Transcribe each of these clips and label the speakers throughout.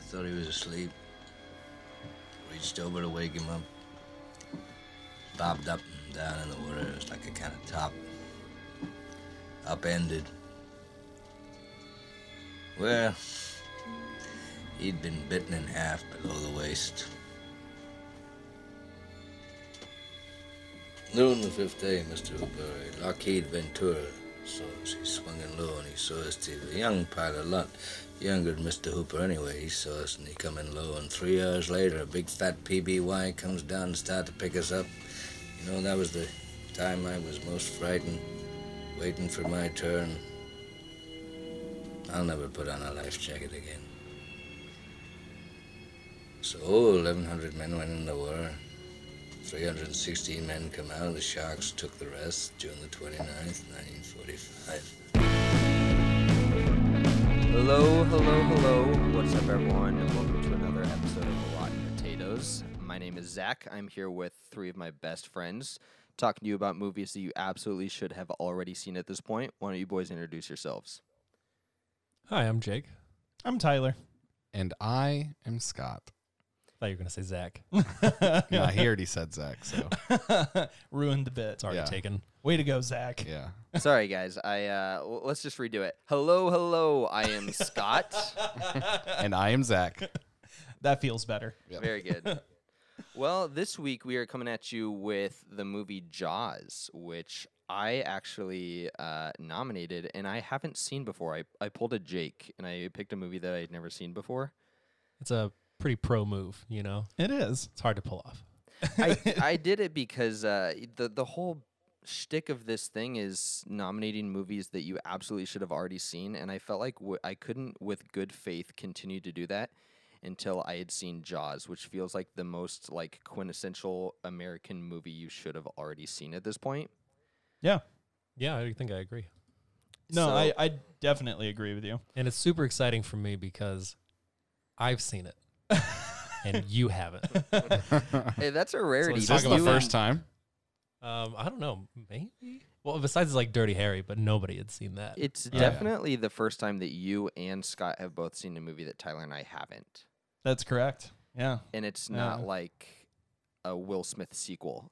Speaker 1: thought he was asleep. Reached over to wake him up. Bobbed up and down in the water. It was like a kind of top. Upended. Well, he'd been bitten in half below the waist. Noon the fifth day, Mr. O'Berry, Lockheed Ventura. So she swung in low and he saw us too. A young pilot, a lot younger than Mr. Hooper anyway. He saw us and he come in low. And three hours later, a big fat PBY comes down and start to pick us up. You know, that was the time I was most frightened, waiting for my turn. I'll never put on a life jacket again. So 1,100 men went in the war. 316 men come out. The Sharks took the rest June the 29th, 1945.
Speaker 2: Hello, hello, hello. What's up, everyone? And welcome to another episode of A Lot of Potatoes. My name is Zach. I'm here with three of my best friends talking to you about movies that you absolutely should have already seen at this point. Why don't you boys introduce yourselves?
Speaker 3: Hi, I'm Jake.
Speaker 4: I'm Tyler.
Speaker 5: And I am Scott.
Speaker 3: thought you were gonna say Zach.
Speaker 5: Nah, he already said Zach, so
Speaker 4: Ruined the bit.
Speaker 3: It's already
Speaker 5: Yeah.
Speaker 3: taken.
Speaker 4: Way to go, Zach.
Speaker 5: yeah.
Speaker 2: Sorry, guys. I uh, w- let's just redo it. Hello, hello. I am Scott.
Speaker 5: And I am Zach.
Speaker 4: That feels better.
Speaker 5: Yep.
Speaker 2: Very good. Well, this week we are coming at you with the movie Jaws, which I actually uh, nominated and I haven't seen before. I, I pulled a Jake and I picked a movie that I had never seen before.
Speaker 3: It's a pretty pro move, you know.
Speaker 4: It is.
Speaker 3: It's hard to pull off.
Speaker 2: I, I did it because uh, the, the whole shtick of this thing is nominating movies that you absolutely should have already seen. And I felt like w- I couldn't, with good faith, continue to do that until I had seen Jaws, which feels like the most like quintessential American movie you should have already seen at this point.
Speaker 4: Yeah.
Speaker 3: Yeah, I think I agree.
Speaker 4: No,
Speaker 2: So-
Speaker 4: I, I definitely agree with you.
Speaker 3: And it's super exciting for me because I've seen it and you haven't.
Speaker 2: Hey, Eh, that's a rarity.
Speaker 5: Is
Speaker 3: Talk
Speaker 5: this
Speaker 2: You
Speaker 5: the
Speaker 3: about
Speaker 2: and-
Speaker 5: first time?
Speaker 3: Um, I don't know, maybe. Well, besides like Dirty Harry, but nobody had seen that.
Speaker 2: It's
Speaker 3: Yeah.
Speaker 2: definitely the first time that you and Scott have both seen a movie that Tyler and I haven't.
Speaker 4: That's correct. Yeah.
Speaker 2: And it's not
Speaker 4: Yeah.
Speaker 2: like a Will Smith sequel.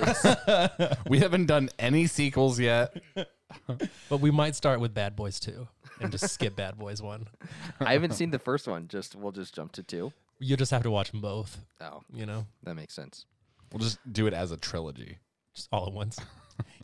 Speaker 2: It's,
Speaker 5: We haven't done any sequels yet.
Speaker 3: but we might start with Bad Boys Two and just skip Bad Boys One.
Speaker 2: I haven't seen the first one. Just we'll just jump to two.
Speaker 3: You just have to watch them both,
Speaker 2: Oh,
Speaker 3: you know,
Speaker 2: that makes sense.
Speaker 5: We'll just do it as a trilogy.
Speaker 3: just all at once.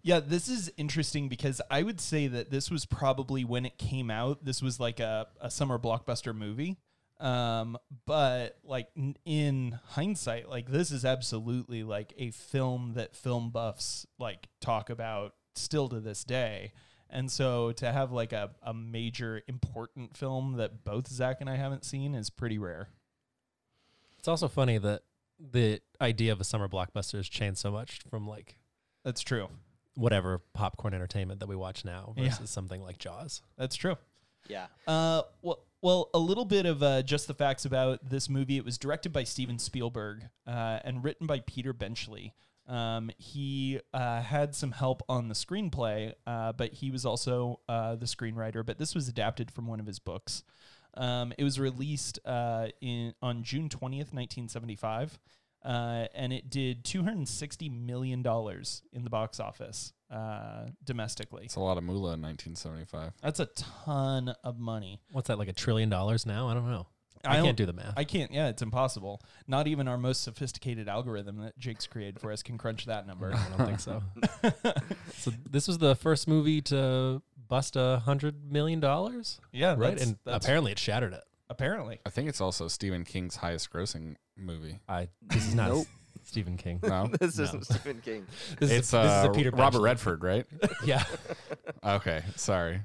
Speaker 4: Yeah, this is interesting because I would say that this was probably when it came out. This was like a, a summer blockbuster movie. Um, but like n- in hindsight, like this is absolutely like a film that film buffs like talk about still to this day. And so to have like a, a major important film that both Zach and I haven't seen is pretty rare.
Speaker 3: It's also funny that the idea of a summer blockbuster has changed so much from like
Speaker 4: That's true.
Speaker 3: whatever popcorn entertainment that we watch now
Speaker 4: Yeah.
Speaker 3: versus something like Jaws.
Speaker 4: That's true.
Speaker 2: Yeah.
Speaker 4: Uh, well, well, a little bit of uh, just the facts about this movie. It was directed by Steven Spielberg uh, and written by Peter Benchley. Um, he uh, had some help on the screenplay, uh, but he was also uh, the screenwriter. But this was adapted from one of his books. Um, it was released uh, in on June twentieth, nineteen seventy five. Uh, and it did two hundred sixty million dollars in the box office uh, domestically.
Speaker 5: It's a lot of moolah in 1975.
Speaker 4: That's a ton of money.
Speaker 3: What's that like a trillion dollars now? I don't know. I,
Speaker 4: don't-
Speaker 3: can't do the math.
Speaker 4: I can't. Yeah, it's impossible. Not even our most sophisticated algorithm that Jake's created for us can crunch that number.
Speaker 3: I don't think so. so this was the first movie to bust a hundred million dollars,
Speaker 4: yeah,
Speaker 3: right?
Speaker 4: that's-
Speaker 3: and
Speaker 4: that's-
Speaker 3: apparently it shattered it.
Speaker 4: apparently,
Speaker 5: I think it's also Stephen King's highest grossing movie.
Speaker 3: I this is not
Speaker 2: Nope.
Speaker 3: Stephen King.
Speaker 5: No?
Speaker 2: This
Speaker 3: No.
Speaker 2: isn't Stephen King.
Speaker 3: This
Speaker 5: it's
Speaker 3: is, a- this is
Speaker 5: uh,
Speaker 3: a Peter
Speaker 5: Robert
Speaker 3: Benchley.
Speaker 5: Redford, right?
Speaker 3: Yeah,
Speaker 5: Okay, sorry.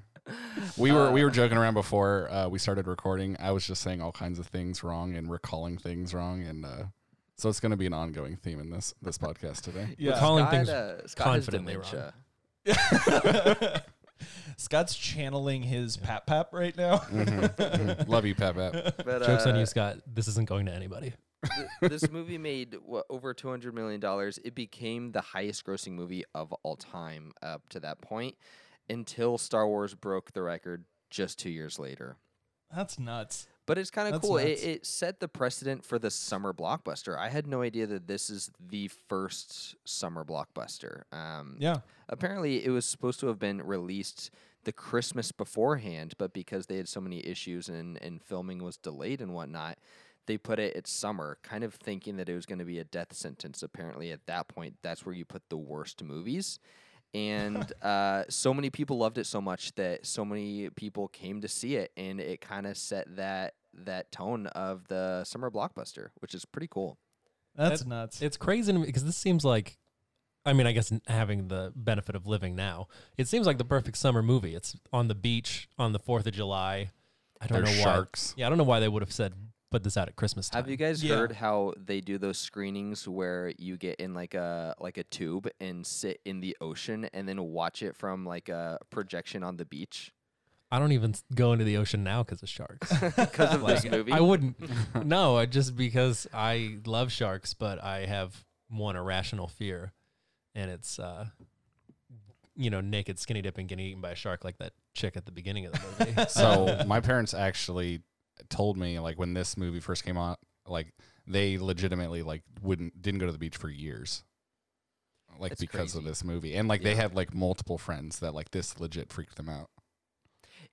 Speaker 5: We were we were joking around before uh, we started recording. I was just saying all kinds of things wrong and recalling things wrong, and uh, so it's going to be an ongoing theme in this this podcast today.
Speaker 3: We're calling things
Speaker 2: uh, Scott has
Speaker 3: confidently wrong.
Speaker 2: dementia.
Speaker 4: Scott's channeling his pap pap right now.
Speaker 5: Mm-hmm. Love you, Pat. Pat.
Speaker 2: But,
Speaker 3: Jokes on
Speaker 2: uh,
Speaker 3: you, Scott. This isn't going to anybody.
Speaker 2: th- this movie made wha- over two hundred million dollars. It became the highest-grossing movie of all time up to that point, until Star Wars broke the record just two years later.
Speaker 4: That's nuts.
Speaker 2: But it's kind of
Speaker 4: That's
Speaker 2: cool. It,
Speaker 4: nuts.
Speaker 2: it set the precedent for the summer blockbuster. I had no idea that this is the first summer blockbuster. Um,
Speaker 4: Yeah.
Speaker 2: Apparently, it was supposed to have been released the Christmas beforehand, but because they had so many issues and, and filming was delayed and whatnot, they put it at summer, kind of thinking that it was going to be a death sentence. Apparently, at that point, that's where you put the worst movies. And uh, so many people loved it so much that so many people came to see it, and it kind of set that that tone of the summer blockbuster, which is pretty cool.
Speaker 4: That's
Speaker 3: That-
Speaker 4: nuts.
Speaker 3: It's crazy to me because this seems like, I mean, I guess n- having the benefit of living now, it seems like the perfect summer movie. It's on the beach on the Fourth of July. I don't
Speaker 5: There's
Speaker 3: know
Speaker 5: sharks.
Speaker 3: why. Yeah, I don't know why they would have said put this out at Christmas time.
Speaker 2: Have you guys
Speaker 4: Yeah.
Speaker 2: heard how they do those screenings where you get in like a like a tube and sit in the ocean and then watch it from like a projection on the beach
Speaker 3: I don't even s- go into the ocean now because of sharks.
Speaker 2: because of this movie?
Speaker 3: I wouldn't. no, I just because I love sharks, but I have one irrational fear, and it's uh, you know, naked skinny dipping, getting eaten by a shark like that chick at the beginning of the movie.
Speaker 5: So my parents actually told me like when this movie first came out, like they legitimately like wouldn't didn't go to the beach for years. Like
Speaker 2: That's
Speaker 5: because of
Speaker 2: crazy.
Speaker 5: this movie. And like they
Speaker 2: Yeah.
Speaker 5: had like multiple friends that like this legit freaked them out.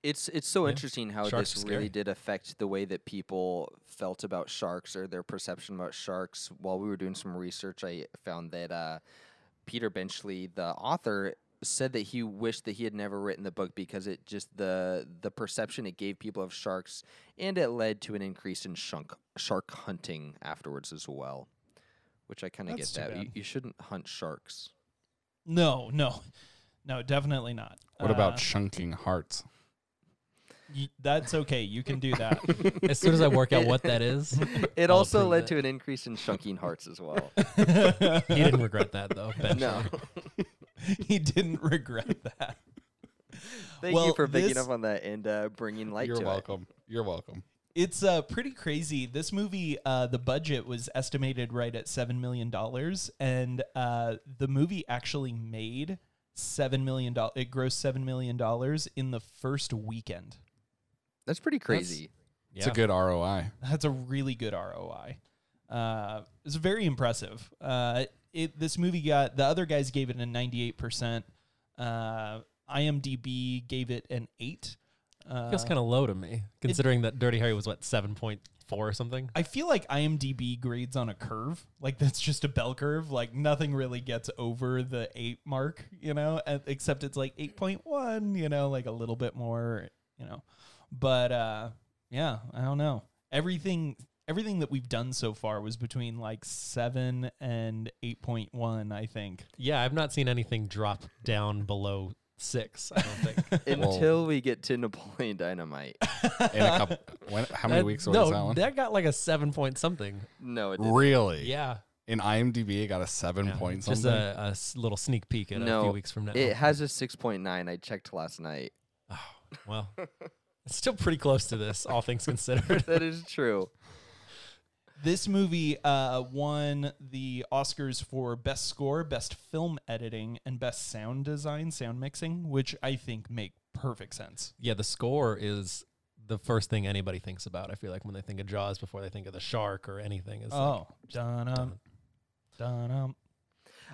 Speaker 2: it's it's so
Speaker 3: Yeah.
Speaker 2: interesting how
Speaker 5: Sharks
Speaker 2: this
Speaker 5: are
Speaker 2: really
Speaker 5: scary.
Speaker 2: did affect the way that people felt about sharks or their perception about sharks. While we were doing some research, I found that uh, Peter Benchley, the author, said that he wished that he had never written the book because it just the the perception it gave people of sharks and it led to an increase in shark shark hunting afterwards as well. Which I kind of get
Speaker 4: That's too
Speaker 2: that you,
Speaker 4: bad.
Speaker 2: you shouldn't hunt sharks.
Speaker 4: no, no, no, definitely not.
Speaker 5: What
Speaker 4: Uh,
Speaker 5: about chunking hearts?
Speaker 4: y- that's okay. You can do that.
Speaker 3: as soon as I work out what that is,
Speaker 2: It
Speaker 3: I'll
Speaker 2: also
Speaker 3: approve
Speaker 2: led
Speaker 3: it.
Speaker 2: to an increase in shunking hearts as well.
Speaker 3: he didn't regret that though. Ben
Speaker 2: no,
Speaker 4: he didn't regret that.
Speaker 2: thank you
Speaker 4: Well,
Speaker 2: for picking
Speaker 4: this-
Speaker 2: up on that and uh, bringing light
Speaker 5: You're
Speaker 2: to it.
Speaker 5: welcome. You're welcome.
Speaker 4: It's uh, pretty crazy. This movie, uh, the budget was estimated right at $7 million, and uh, the movie actually made $7 million. It grossed $7 million in the first weekend.
Speaker 2: That's pretty crazy.
Speaker 3: Yeah.
Speaker 5: It's a good ROI.
Speaker 4: That's a really good ROI. Uh, it's very impressive. Uh, it this movie got the other guys gave it a ninety eight percent. Uh, IMDb gave it an eight. Uh,
Speaker 3: feels kind of low to me, considering that Dirty Harry was what seven point four or something.
Speaker 4: I feel like IMDb grades on a curve. Like that's just a bell curve. Like nothing really gets over the eight mark, you know, and- except it's like 8.1, you know, like a little bit more, you know. But uh yeah, I don't know. Everything everything that we've done so far was between like 7 and 8.1, I think.
Speaker 3: Yeah, I've not seen anything drop down below six. I don't think.
Speaker 5: Well-
Speaker 2: Until we get to Napoleon Dynamite.
Speaker 5: In a couple, when, how many
Speaker 3: That-
Speaker 5: weeks away
Speaker 3: No,
Speaker 5: was that one?
Speaker 3: that got like a seven point something.
Speaker 2: No, it didn't.
Speaker 5: really?
Speaker 3: Yeah.
Speaker 5: In IMDb, it got a seven
Speaker 3: Yeah,
Speaker 5: point
Speaker 3: Just
Speaker 5: something.
Speaker 3: a, a s- little sneak peek at a
Speaker 2: No,
Speaker 3: few weeks from now.
Speaker 2: It has a 6.9. I checked last night.
Speaker 3: Oh, well, it's still pretty close to this, all things considered.
Speaker 2: That is true.
Speaker 4: This movie uh, won the Oscars for Best Score, Best Film Editing, and Best Sound Design, Sound Mixing, which I think make perfect sense.
Speaker 3: yeah, the score is the first thing anybody thinks about. I feel like when they think of Jaws, before they think of the shark or anything, is like,
Speaker 4: Oh, dun um, dun um.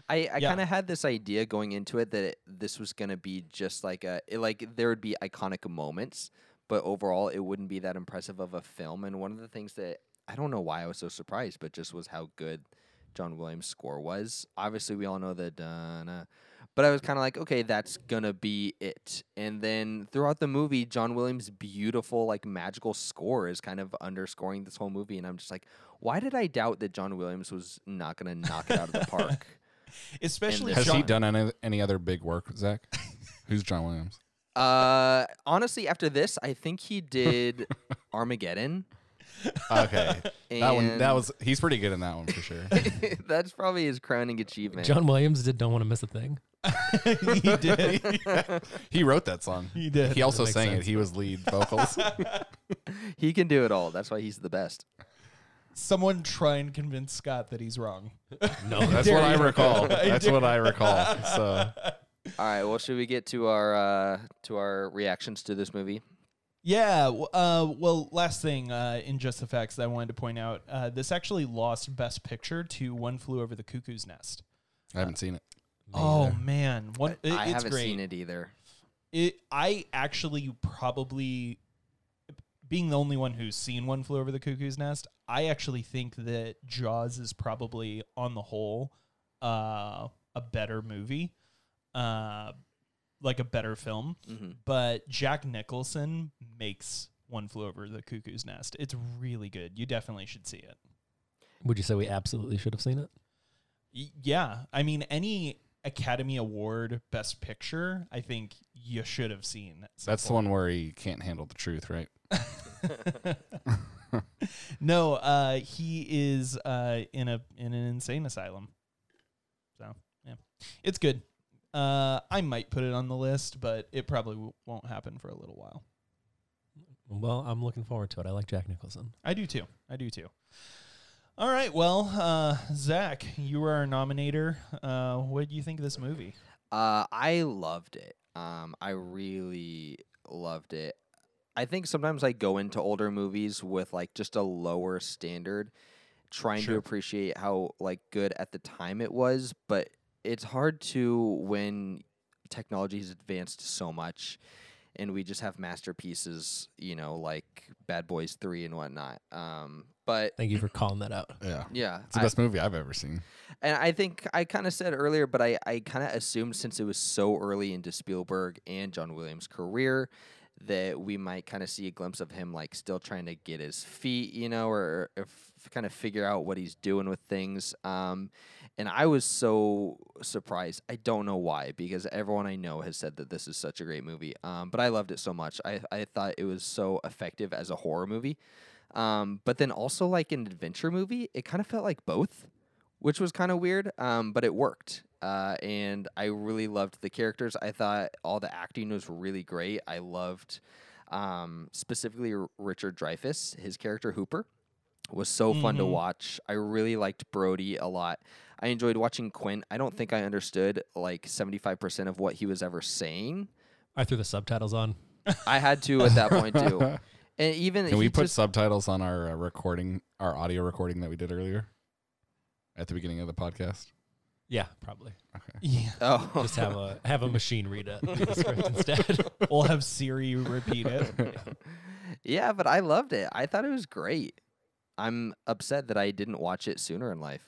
Speaker 2: I, I
Speaker 4: Yeah.
Speaker 2: kind of had this idea going into it that it, this was going to be just like a, it- like there would be iconic moments, but overall it wouldn't be that impressive of a film. And one of the things that I don't know why I was so surprised, but just was how good John Williams' score was. Obviously, we all know the dun but I was kind of like, okay, that's gonna be it. And then throughout the movie, John Williams' beautiful, like magical score is kind of underscoring this whole movie. And I'm just like, why did I doubt that John Williams was not gonna knock it out of the park?
Speaker 4: Especially
Speaker 2: And
Speaker 5: Has
Speaker 2: this-
Speaker 4: John,
Speaker 5: he done any, any other big work, Zach? Who's John Williams?
Speaker 2: Uh, honestly, after this, I think he did Armageddon.
Speaker 5: Okay,
Speaker 2: And
Speaker 5: that one. That was. He's pretty good in that one for sure.
Speaker 2: that's probably his crowning achievement.
Speaker 3: John Williams did Don't Want to Miss a Thing.
Speaker 4: he did.
Speaker 5: he wrote that song.
Speaker 4: He did.
Speaker 5: He also
Speaker 3: That makes
Speaker 5: sang
Speaker 3: sense.
Speaker 5: it. He was lead vocals.
Speaker 2: He can do it all. That's why he's the best.
Speaker 4: Someone try and convince Scott that he's wrong.
Speaker 3: No,
Speaker 5: That's
Speaker 4: Dare
Speaker 5: what I
Speaker 4: you.
Speaker 5: recall.
Speaker 4: I
Speaker 5: That's
Speaker 4: do.
Speaker 5: what I recall. So
Speaker 2: All right. Well, should we get to our uh to our reactions to this movie?
Speaker 4: Yeah. w- Uh, well, last thing uh, in Just the Facts that I wanted to point out uh, this actually lost Best Picture to One Flew Over the Cuckoo's Nest.
Speaker 5: I haven't seen it.
Speaker 4: Oh, man. One, it-
Speaker 2: I
Speaker 4: it's
Speaker 2: haven't
Speaker 4: great.
Speaker 2: seen it either.
Speaker 4: it I actually probably being the only one who's seen one flew over the cuckoo's nest, I actually think that Jaws is probably on the whole uh a better movie. Uh like a better film.
Speaker 2: hmm
Speaker 4: But Jack Nicholson makes one flew over the cuckoo's nest. It's really good. You definitely should see it.
Speaker 3: Would you say we absolutely should have seen it?
Speaker 4: Y- yeah. I mean any Academy Award Best Picture, I think you should have seen. at some
Speaker 5: That's the
Speaker 4: point.
Speaker 5: one where he can't handle the truth, right?
Speaker 4: no, uh, he is uh, in a in an insane asylum. So yeah, it's good. Uh, I might put it on the list, but it probably w- won't happen for a little while.
Speaker 3: Well, I'm looking forward to it. I like Jack Nicholson.
Speaker 4: I do too. I do too. All right. Well, uh, Zach, you were our nominator. Uh, what do you think of this movie?
Speaker 2: Uh, I loved it. Um, I really loved it. I think sometimes I go into older movies with like just a lower standard, trying
Speaker 4: Sure.
Speaker 2: to appreciate how like good at the time it was, but it's hard to when technology has advanced so much and we just have masterpieces, you know, like Bad Boys 3 and whatnot. Um, but
Speaker 3: Thank you for calling that out.
Speaker 5: Yeah.
Speaker 2: yeah,
Speaker 5: It's the
Speaker 2: I-
Speaker 5: best movie I've ever seen.
Speaker 2: and I think I kind of said earlier, but I, I kind of assumed since it was so early into Spielberg and John Williams' career that we might kind of see a glimpse of him like still trying to get his feet, you know, or, or f- kind of figure out what he's doing with things. Um, and I was so surprised. I don't know why, because everyone I know has said that this is such a great movie. Um, but I loved it so much. I, I thought it was so effective as a horror movie. Um, but then also like an adventure movie, it kind of felt like both which was kind of weird, um, but it worked. Uh, and I really loved the characters. I thought all the acting was really great. I loved um, specifically R- Richard Dreyfuss, his character Hooper was so fun to
Speaker 5: Mm-hmm.
Speaker 4: Mhm.
Speaker 2: watch. I really liked Brody a lot. I enjoyed watching Quint. I don't think I understood like 75% of what he was ever saying.
Speaker 3: I threw the subtitles on.
Speaker 2: I had to at that point too. And even
Speaker 5: Can we
Speaker 2: he
Speaker 5: put
Speaker 2: just-
Speaker 5: subtitles on our uh, recording, our audio recording that we did earlier at the beginning of the podcast?
Speaker 3: Yeah, probably.
Speaker 4: Yeah,
Speaker 2: Oh.
Speaker 3: Just have a have a machine read it the script instead.
Speaker 4: we'll have Siri repeat it.
Speaker 2: yeah, but I loved it. I thought it was great. I'm upset that I didn't watch it sooner in life.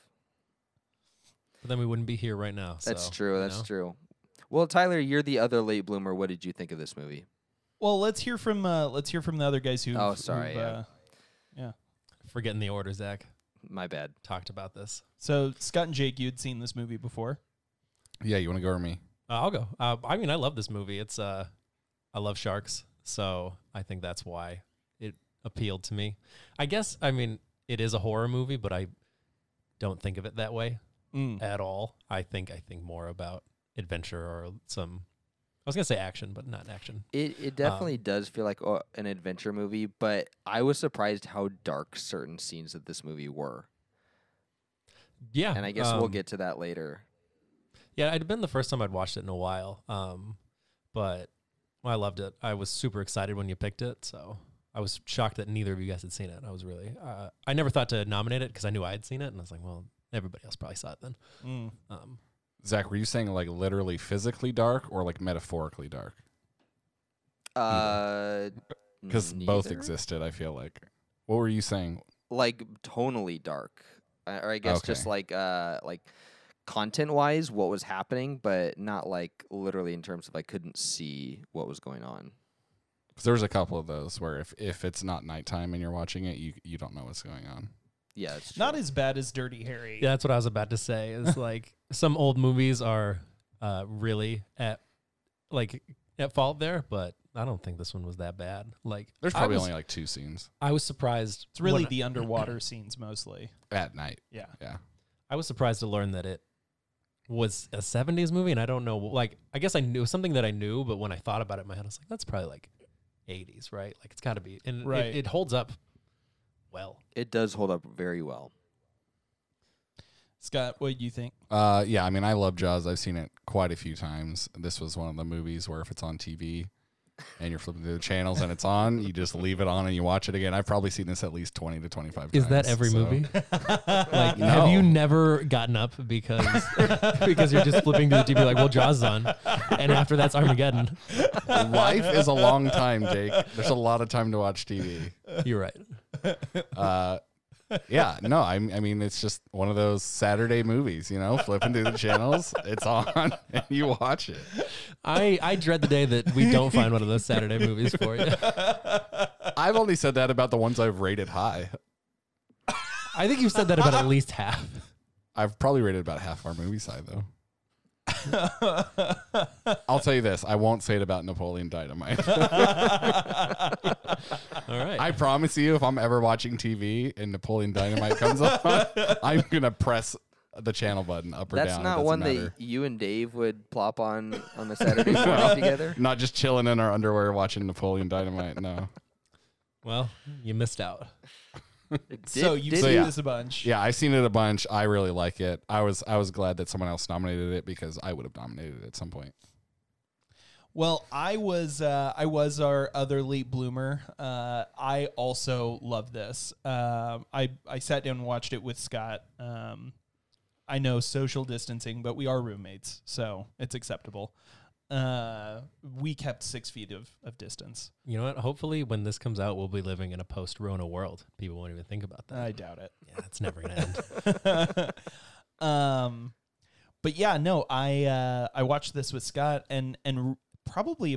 Speaker 3: But then we wouldn't be here right now.
Speaker 2: That's
Speaker 3: so,
Speaker 2: true.
Speaker 3: you
Speaker 2: That's
Speaker 3: know.
Speaker 2: true. Well, Tyler, you're the other late bloomer. What did you think of this movie?
Speaker 4: Well, let's hear from uh, let's hear from the other guys who.
Speaker 2: Oh, sorry, yeah.
Speaker 4: Uh,
Speaker 3: Forgetting the order, Zach
Speaker 2: My bad.
Speaker 3: talked about this.
Speaker 4: so Scott and Jake, you'd seen this movie before.
Speaker 5: Yeah, you want to go or me?
Speaker 3: Uh, I'll go. Uh, I mean, I love this movie. It's uh, I love sharks, so I think that's why it appealed to me. I guess I mean it is a horror movie, but I don't think of it that way
Speaker 4: Mm.
Speaker 3: at all. I think I think more about adventure or some. I was gonna say action, but not action.
Speaker 2: It it definitely does feel like uh an adventure movie, but I was surprised how dark certain scenes of this movie were.
Speaker 3: Yeah,
Speaker 2: And I guess we'll
Speaker 3: um,
Speaker 2: get to that later.
Speaker 3: Yeah, it'd been the first time I'd watched it in a while. Um, but I loved it. I was super excited when you picked it, so I was shocked that neither of you guys had seen it. I was really, uh, I never thought to nominate it because I knew I had seen it, and I was like, well, everybody else probably saw it then.
Speaker 4: Mm.
Speaker 3: Um,
Speaker 5: Zach, were you saying like literally physically dark or like metaphorically dark?
Speaker 2: Uh
Speaker 5: Because both
Speaker 2: neither.
Speaker 5: existed, I feel like. What were you saying?
Speaker 2: like tonally dark, I- or I guess just
Speaker 5: Okay.
Speaker 2: like uh like content wise what was happening, but not like literally in terms of I couldn't see what was going on.
Speaker 5: Because there was a couple of those where if, if it's not nighttime and you're watching it, you you don't know what's going on.
Speaker 2: Yeah, it's
Speaker 4: Not
Speaker 2: true.
Speaker 4: as bad as Dirty Harry.
Speaker 3: yeah, that's what I was about to say. Is like some old movies are uh, really at like at fault there, but I don't think this one was that bad. Like,
Speaker 5: There's
Speaker 3: I
Speaker 5: probably
Speaker 3: was-
Speaker 5: only like two scenes
Speaker 3: I was surprised.
Speaker 4: It's really
Speaker 3: when-
Speaker 4: the underwater scenes mostly.
Speaker 5: at night.
Speaker 4: Yeah.
Speaker 5: Yeah.
Speaker 3: I was surprised to learn that it was a 70s movie, and I don't know. Like, I guess I knew something that I knew, but when I thought about it in my head, I was like, that's probably like 80s, right? Like, it's got to be. And
Speaker 4: Right.
Speaker 3: it, it holds up well.
Speaker 2: it does hold up very well.
Speaker 4: Scott, what do you think?
Speaker 5: Uh, yeah, I mean, I love Jaws. I've seen it quite a few times. This was one of the movies where if it's on TV, and you're flipping through the channels and it's on, you just leave it on and you watch it again. I've probably seen this at least 20 to 25 times.
Speaker 3: Is that every
Speaker 5: so-
Speaker 3: movie? like, have you
Speaker 5: No.
Speaker 3: never gotten up because because you're just flipping through the TV like, well, Jaws is on, and after that's Armageddon.
Speaker 5: Life is a long time, Jake. There's a lot of time to watch TV.
Speaker 3: You're right.
Speaker 5: Uh, yeah, no, I, I mean, it's just one of those Saturday movies, you know, flipping through the channels, it's on and you watch it.
Speaker 3: I I dread the day that we don't find one of those Saturday movies for you.
Speaker 5: I've only said that about the ones I've rated high.
Speaker 3: I think you've said that about at least half.
Speaker 5: I've probably rated about half our movie side though. I'll tell you this: I won't say it about Napoleon Dynamite.
Speaker 3: All right.
Speaker 5: I promise you, if I'm ever watching TV and Napoleon Dynamite comes on, I'm gonna press the channel button up or
Speaker 2: That's
Speaker 5: down. it
Speaker 2: not
Speaker 5: doesn't
Speaker 2: one
Speaker 5: matter.
Speaker 2: that you and Dave would plop on on a Saturday morning together.
Speaker 5: Not just chilling in our underwear watching Napoleon Dynamite. No,
Speaker 3: well, you missed out.
Speaker 4: so you've
Speaker 2: did
Speaker 5: So,
Speaker 4: seen
Speaker 5: yeah.
Speaker 4: this a bunch.
Speaker 5: yeah, I've seen it a bunch. I really like it. I was I was glad that someone else nominated it because I would have nominated it at some point.
Speaker 4: Well, I was uh, I was our other late bloomer. Uh, I also love this. Um, I I sat down and watched it with Scott. Um, I know social distancing, but we are roommates, so it's acceptable. Uh, we kept six feet of, of distance.
Speaker 3: You know what? Hopefully, when this comes out, we'll be living in a post-Rona world. People won't even think about that.
Speaker 4: I doubt it.
Speaker 3: yeah, it's never gonna end.
Speaker 4: um, but yeah, no, I uh, I watched this with Scott, and and r- probably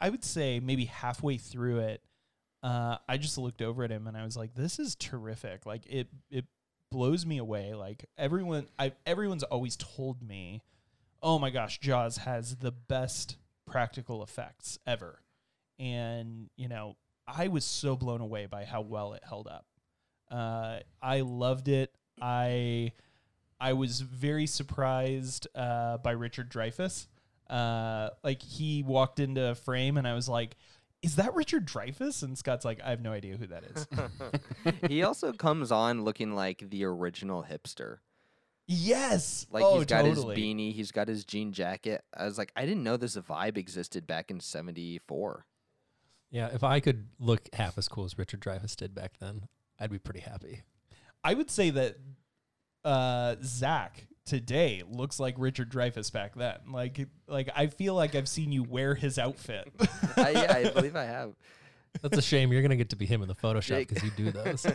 Speaker 4: I would say maybe halfway through it, uh, I just looked over at him and I was like, "This is terrific!" Like it it blows me away. Like everyone, I everyone's always told me, "Oh my gosh, Jaws has the best practical effects ever," and you know. I was so blown away by how well it held up. Uh, I loved it. I I was very surprised uh, by Richard Dreyfuss. Uh, like he walked into frame, and I was like, "Is that Richard Dreyfuss?" And Scott's like, "I have no idea who that is."
Speaker 2: he also comes on looking like the original hipster.
Speaker 4: yes,
Speaker 2: Like
Speaker 4: oh,
Speaker 2: he's got
Speaker 4: totally.
Speaker 2: his beanie, he's got his jean jacket. I was like, I didn't know this vibe existed back in '74.
Speaker 3: Yeah, if I could look half as cool as Richard Dreyfuss did back then, I'd be pretty happy.
Speaker 4: I would say that uh, Zach today looks like Richard Dreyfuss back then. Like, like I feel like I've seen you wear his outfit.
Speaker 2: I, yeah, I believe I have.
Speaker 3: That's a shame. You're gonna get to be him in the Photoshop
Speaker 2: Jake.
Speaker 3: because you do those.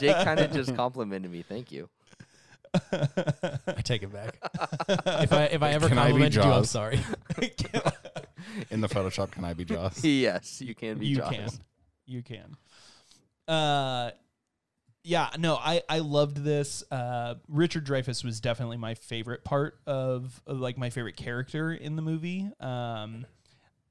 Speaker 2: Jake kind of just complimented me. Thank you.
Speaker 3: I take it back. If I if I ever
Speaker 5: Can I be
Speaker 3: complimented you, I'm
Speaker 5: Jaws?
Speaker 3: sorry.
Speaker 5: In the Photoshop, can I be Joss?
Speaker 2: Yes, you can be.
Speaker 4: you
Speaker 2: Jaws.
Speaker 4: can you can uh yeah no i i loved this uh richard dreyfuss was definitely my favorite part of of, like my favorite character in the movie um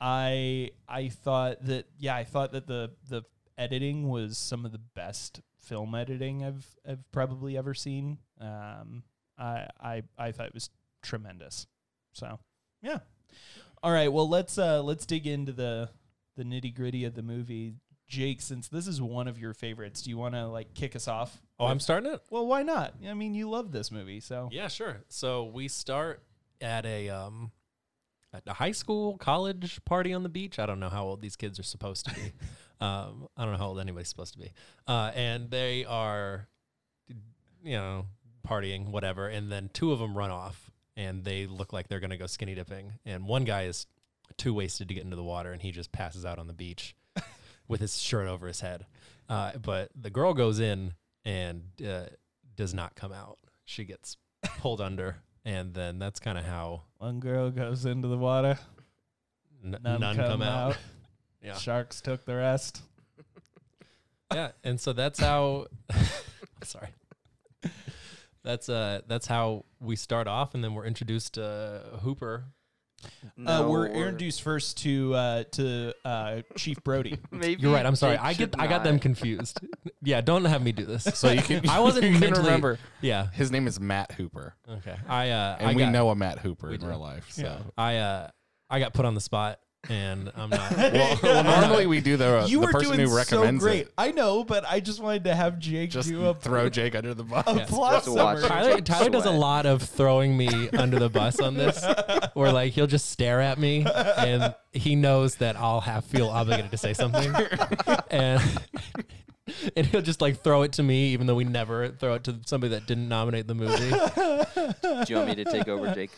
Speaker 4: i i thought that yeah i thought that the the editing was some of the best film editing i've i've probably ever seen um i i i thought it was tremendous so yeah all right well let's uh let's dig into the the nitty gritty of the movie. Jake, since this is one of your favorites, do you want to like kick us off?
Speaker 3: Oh, I'm starting it.
Speaker 4: Well, why not? I mean, you love this movie, so
Speaker 3: Yeah, sure. So we start at a um at a high school college party on the beach. I don't know how old these kids are supposed to be. um, I don't know how old anybody's supposed to be. Uh, and they are, you know, partying whatever. And then two of them run off, and they look like they're gonna go skinny dipping. And one guy is too wasted to get into the water, and he just passes out on the beach with his shirt over his head. Uh, but the girl goes in and uh, does not come out. She gets pulled under, and then that's kind of how
Speaker 4: one girl goes into the water,
Speaker 3: n-
Speaker 4: none, come, out.
Speaker 3: Yeah.
Speaker 4: Sharks took the rest.
Speaker 3: yeah, and so that's how. I'm sorry. That's uh that's how we start off, and then we're introduced to Hooper.
Speaker 4: uh,
Speaker 2: No,
Speaker 4: we're
Speaker 2: or-
Speaker 4: introduced first to uh, to uh, Chief Brody.
Speaker 2: Maybe
Speaker 3: You're right. I'm sorry.
Speaker 2: Jake
Speaker 3: I get
Speaker 2: should
Speaker 3: I got them
Speaker 2: not.
Speaker 3: confused. yeah, don't have me do this.
Speaker 5: So you can.
Speaker 3: I wasn't
Speaker 5: you can
Speaker 3: mentally-
Speaker 5: remember.
Speaker 3: yeah.
Speaker 5: His name is Matt Hooper,
Speaker 3: Okay. I uh
Speaker 5: and
Speaker 3: I
Speaker 5: we
Speaker 3: got-
Speaker 5: know a Matt Hooper in
Speaker 3: do.
Speaker 5: real life. So
Speaker 3: I uh I got put on the spot and I'm not.
Speaker 5: Well, well, normally we do the,
Speaker 4: you
Speaker 5: Uh, the
Speaker 4: were
Speaker 5: person
Speaker 4: doing
Speaker 5: who recommends
Speaker 4: so great.
Speaker 5: it.
Speaker 4: I know, but I just wanted to have Jake
Speaker 5: Just
Speaker 4: do a,
Speaker 5: throw Jake under the bus.
Speaker 4: a plot
Speaker 2: Just watch
Speaker 4: summary.
Speaker 3: Tyler, Tyler does a
Speaker 2: Sweat.
Speaker 3: lot of throwing me under the bus on this, where like he'll just stare at me, and he knows that I'll have feel obligated to say something, and and he'll just like throw it to me, even though we never throw it to somebody that didn't nominate the movie.
Speaker 2: Do you want me to take over, Jake?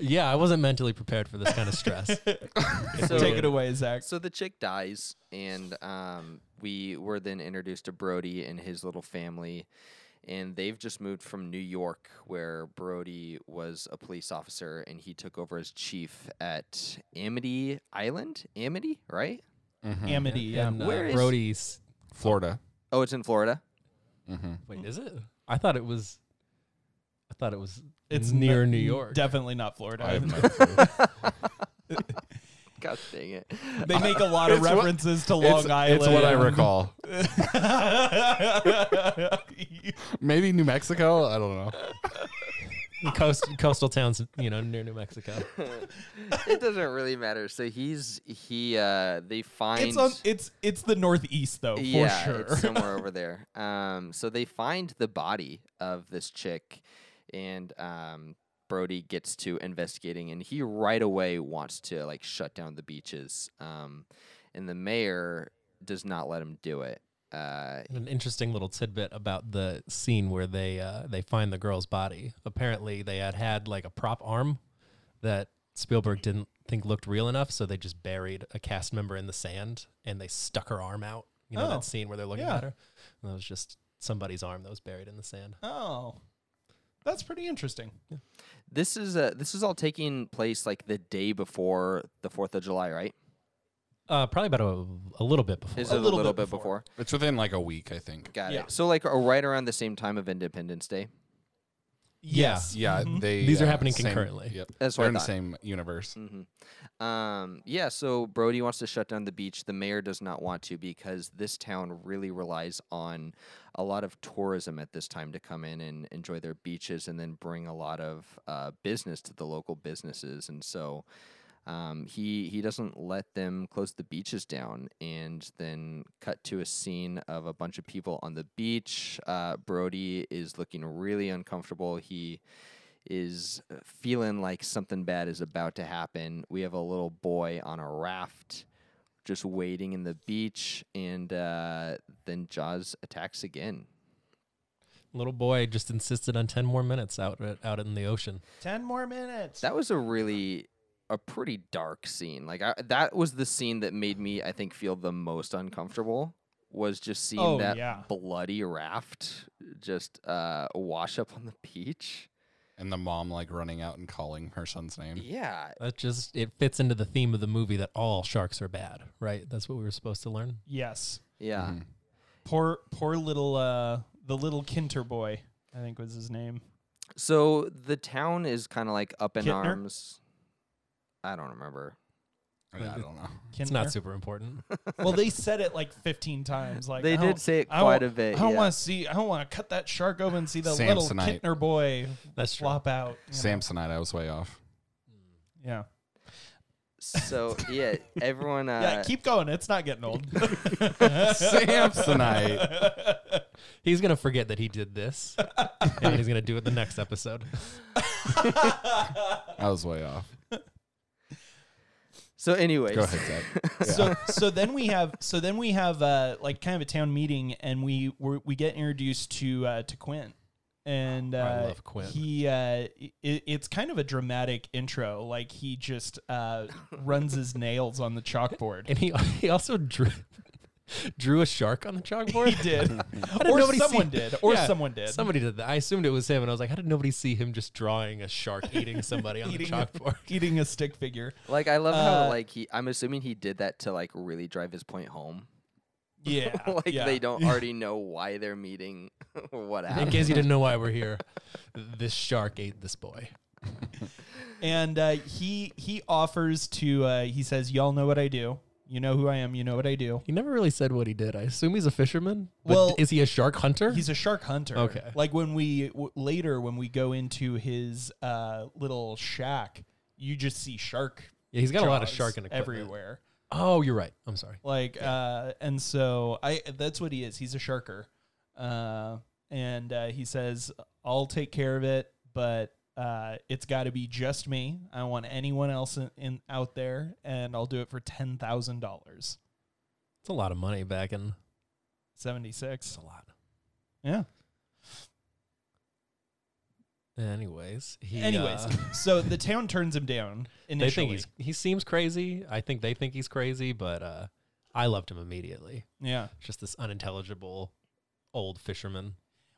Speaker 3: Yeah, I wasn't mentally prepared for this kind of stress.
Speaker 2: So,
Speaker 4: Take it away, Zach.
Speaker 2: So the chick dies, and um, we were then introduced to Brody and his little family. And they've just moved from New York, where Brody was a police officer and he took over as chief at Amity Island. Amity, right?
Speaker 4: Amity. um, Yeah.
Speaker 3: And, uh,
Speaker 2: Where is-
Speaker 3: Brody's?
Speaker 5: Florida.
Speaker 2: Oh, it's in Florida.
Speaker 3: Wait, is it? I thought it was. I thought it was.
Speaker 4: It's
Speaker 3: It's near
Speaker 4: n-
Speaker 3: New York.
Speaker 4: Definitely not Florida.
Speaker 5: I have no clue.
Speaker 2: God dang it.
Speaker 4: they make a lot of
Speaker 5: It's what-
Speaker 4: references to Long
Speaker 5: it's,
Speaker 4: Island.
Speaker 5: it's what I recall. Maybe New Mexico. I don't know.
Speaker 3: Coast, coastal towns, you know, near New Mexico.
Speaker 2: it doesn't really matter. So he's he uh they find
Speaker 4: It's on, it's it's the Northeast though, for
Speaker 2: yeah,
Speaker 4: sure.
Speaker 2: it's somewhere over there. Um, so they find the body of this chick, and um, Brody gets to investigating, and he right away wants to like shut down the beaches. Um, and the mayor does not let him do it. Uh,
Speaker 3: And an interesting little tidbit about the scene where they uh, they find the girl's body. Apparently, they had had like a prop arm that Spielberg didn't think looked real enough, so they just buried a cast member in the sand and they stuck her arm out. You know
Speaker 4: Oh,
Speaker 3: that scene where they're looking
Speaker 4: yeah.
Speaker 3: at her. And that was just somebody's arm that was buried in the sand.
Speaker 4: oh, that's pretty interesting.
Speaker 2: this is uh, this is all taking place like the day before the Fourth of July, right?
Speaker 3: Uh, probably about a, a little bit before.
Speaker 2: Is it a little, bit, before?
Speaker 5: It's within like a week, I think.
Speaker 2: Got
Speaker 4: Yeah.
Speaker 2: it. So like uh, right around the same time of Independence Day.
Speaker 3: Yeah.
Speaker 4: Yes. Mm-hmm.
Speaker 5: Yeah, they
Speaker 3: These are
Speaker 5: uh,
Speaker 3: happening
Speaker 5: same-
Speaker 3: concurrently.
Speaker 5: Yep.
Speaker 2: That's what
Speaker 5: They're
Speaker 2: I
Speaker 5: in the
Speaker 2: thought.
Speaker 5: same universe.
Speaker 2: Mm-hmm. Um, yeah, so Brody wants to shut down the beach. The mayor does not want to because this town really relies on a lot of tourism at this time to come in and enjoy their beaches and then bring a lot of uh, business to the local businesses. And so um, he he doesn't let them close the beaches down. And then cut to a scene of a bunch of people on the beach. Uh, Brody is looking really uncomfortable. He is uh, feeling like something bad is about to happen. We have a little boy on a raft just waiting in the beach, and uh, then Jaws attacks again.
Speaker 3: Little boy just insisted on ten more minutes out uh, out in the ocean.
Speaker 4: Ten more minutes.
Speaker 2: That was a really a pretty dark scene. Like I, that was the scene that made me, I think, feel the most uncomfortable. Was just seeing
Speaker 4: Oh,
Speaker 2: that
Speaker 4: yeah.
Speaker 2: bloody raft just uh, wash up on the beach.
Speaker 5: And the mom like running out and calling her son's name.
Speaker 2: Yeah,
Speaker 3: That just it fits into the theme of the movie that all sharks are bad, right? That's what we were supposed to learn.
Speaker 4: yes.
Speaker 2: yeah.
Speaker 5: Mm-hmm.
Speaker 4: Poor poor little uh the little Kinter boy, I think was his name.
Speaker 2: So the town is kind of like up in
Speaker 4: Kittner?
Speaker 2: arms. I don't remember.
Speaker 5: I I don't know.
Speaker 3: It's
Speaker 4: Kintner?
Speaker 3: not super important.
Speaker 4: Well, they said it like 15 times. Like
Speaker 2: They
Speaker 4: I
Speaker 2: did
Speaker 4: don't-
Speaker 2: say it
Speaker 4: I don't-
Speaker 2: quite a bit,
Speaker 4: I don't
Speaker 2: yeah.
Speaker 4: want to see. I don't want to cut that shark open and see the little
Speaker 5: Samsonite.
Speaker 4: Kintner boy
Speaker 3: That's true.
Speaker 4: flop out. you know?
Speaker 5: Samsonite, I was way off.
Speaker 4: Yeah.
Speaker 2: So yeah, everyone. Uh,
Speaker 4: Yeah. keep going. It's not getting old.
Speaker 5: Samsonite.
Speaker 3: He's gonna forget that he did this, and he's gonna do it the next episode.
Speaker 5: I was way off.
Speaker 2: so anyways,
Speaker 5: Go ahead, Zach.
Speaker 4: so so then we have so then we have uh like kind of a town meeting and we we're, we get introduced to uh to Quint and uh,
Speaker 3: I love Quint.
Speaker 4: he uh i it's kind of a dramatic intro like he just uh runs his nails on the chalkboard
Speaker 3: And he he also drew drew a shark on the chalkboard.
Speaker 4: he did
Speaker 3: How did
Speaker 4: or
Speaker 3: nobody see-
Speaker 4: someone did or
Speaker 3: Yeah,
Speaker 4: someone did
Speaker 3: Somebody did that. I assumed it was him, and I was like, how did nobody see him just drawing a shark eating somebody on the
Speaker 4: Eating a-
Speaker 3: chalkboard?
Speaker 4: eating a stick figure
Speaker 2: like I love how
Speaker 4: Uh,
Speaker 2: like he. I'm assuming he did that to like really drive his point home.
Speaker 4: yeah
Speaker 2: like
Speaker 4: Uh, yeah.
Speaker 2: they don't already know why they're meeting or what
Speaker 3: In
Speaker 2: happened.
Speaker 3: case you didn't know why we're here, this shark ate this boy.
Speaker 4: and uh, he he offers to uh, he says y'all know what I do you know who I am you know what I do
Speaker 3: He never really said what he did. I assume he's a fisherman. But
Speaker 4: Well-
Speaker 3: is he a shark hunter?
Speaker 4: He's a shark hunter.
Speaker 3: Okay.
Speaker 4: Like when we w- later when we go into his uh, little shack, you just see shark
Speaker 3: Yeah, he's got a lot of
Speaker 4: Jaws
Speaker 3: shark in equipment.
Speaker 4: everywhere.
Speaker 3: Oh, you're right. I'm sorry.
Speaker 4: Like, uh, and so I that's what he is. He's a sharker, uh, and uh, he says, "I'll take care of it, but uh, it's got to be just me. I don't want anyone else in, in out there, and I'll do it for ten thousand dollars,
Speaker 3: It's a lot of money back in.
Speaker 4: seventy
Speaker 3: It's
Speaker 4: six.
Speaker 3: a lot.
Speaker 4: Yeah.
Speaker 3: Anyways, he,
Speaker 4: Anyways,
Speaker 3: uh,
Speaker 4: so the town turns him down
Speaker 3: they
Speaker 4: initially.
Speaker 3: think he's he seems crazy. I think they think he's crazy, but uh, I loved him immediately.
Speaker 4: yeah.
Speaker 3: Just this unintelligible old fisherman.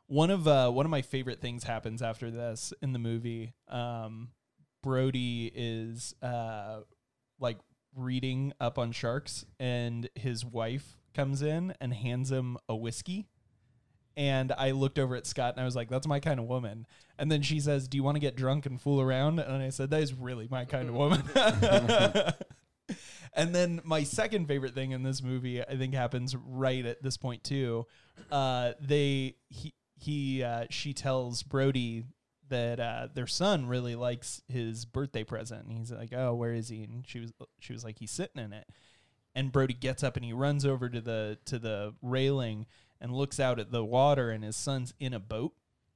Speaker 4: one of uh, one of my favorite things happens after this in the movie. Um, Brody is uh, like reading up on sharks, and his wife comes in and hands him a whiskey. And I looked over at Scott and I was like, "That's my kind of woman." And then she says, "Do you want to get drunk and fool around?" And I said, "That is really my kind of woman." and then my second favorite thing in this movie, I think, happens right at this point too uh, they he he uh, she tells Brody that uh, their son really likes his birthday present, and he's like, "Oh, where is he?" And she was she was like, "He's sitting in it." And Brody gets up and he runs over to the to the railing and looks out at the water, and his son's in a boat,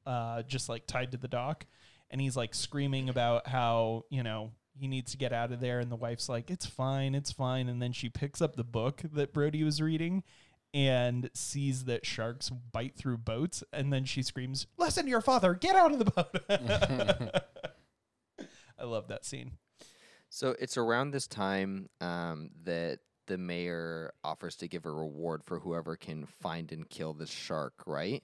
Speaker 4: uh, just like tied to the dock, and he's like screaming about how you know. He needs to get out of there, and the wife's like, "It's fine, it's fine." And then she picks up the book that Brody was reading, and sees that sharks bite through boats, and then she screams, "Listen to your father! Get out of the boat!" I love that scene.
Speaker 2: So it's around this time um, that the mayor offers to give a reward for whoever can find and kill this shark, right?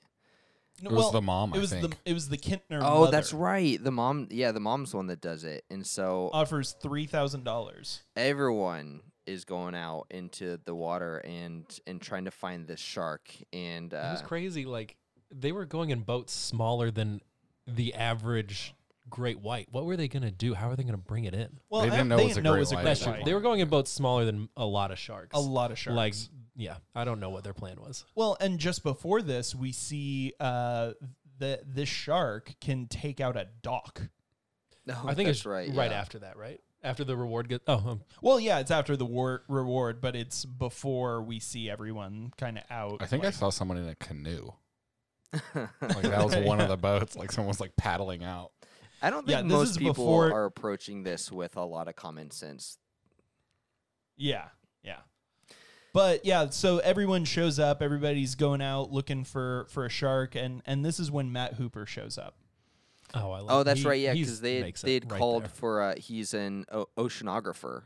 Speaker 4: No,
Speaker 5: It was the mom,
Speaker 4: It
Speaker 5: I
Speaker 4: was
Speaker 5: think.
Speaker 4: the it was the Kintner.
Speaker 2: Oh, that's
Speaker 4: mother
Speaker 2: right. The mom, yeah, the mom's the one that does it. And so
Speaker 4: Offers three thousand dollars.
Speaker 2: everyone is going out into the water and and trying to find this shark and
Speaker 3: It
Speaker 2: uh,
Speaker 3: was crazy. Like they were going in boats smaller than the average great white. What were they gonna do? How are they gonna bring it in?
Speaker 4: Well,
Speaker 5: They
Speaker 4: I-
Speaker 5: didn't know it was a great white.
Speaker 3: That's
Speaker 5: That's
Speaker 3: true.
Speaker 5: why.
Speaker 3: They were going in boats smaller than a lot of sharks.
Speaker 4: a lot of sharks.
Speaker 3: Like yeah, I don't know what their plan was.
Speaker 4: Well, and just before this, we see uh, that this shark can take out a dock.
Speaker 2: no,
Speaker 3: I think
Speaker 2: that's
Speaker 3: it's
Speaker 2: right.
Speaker 3: right
Speaker 2: yeah.
Speaker 3: after that, right? After the reward gets oh um,
Speaker 4: Well, yeah, it's after the war- reward, but it's before we see everyone kind of out.
Speaker 5: I think I
Speaker 4: like-
Speaker 5: saw someone in a canoe. Like that was one of the boats. Like someone was like paddling out.
Speaker 2: I don't think
Speaker 4: Yeah, this
Speaker 2: most
Speaker 4: is
Speaker 2: people
Speaker 4: before-
Speaker 2: are approaching this with a lot of common sense.
Speaker 4: Yeah, yeah. But yeah, so everyone shows up. Everybody's going out looking for for a shark, and and this is when Matt Hooper shows up.
Speaker 3: oh I love
Speaker 2: Oh, that's
Speaker 3: he-
Speaker 2: right. Yeah,
Speaker 3: he's-
Speaker 2: because they had,
Speaker 3: makes it
Speaker 2: they had
Speaker 3: right
Speaker 2: called
Speaker 3: there.
Speaker 2: for uh, he's an o- oceanographer,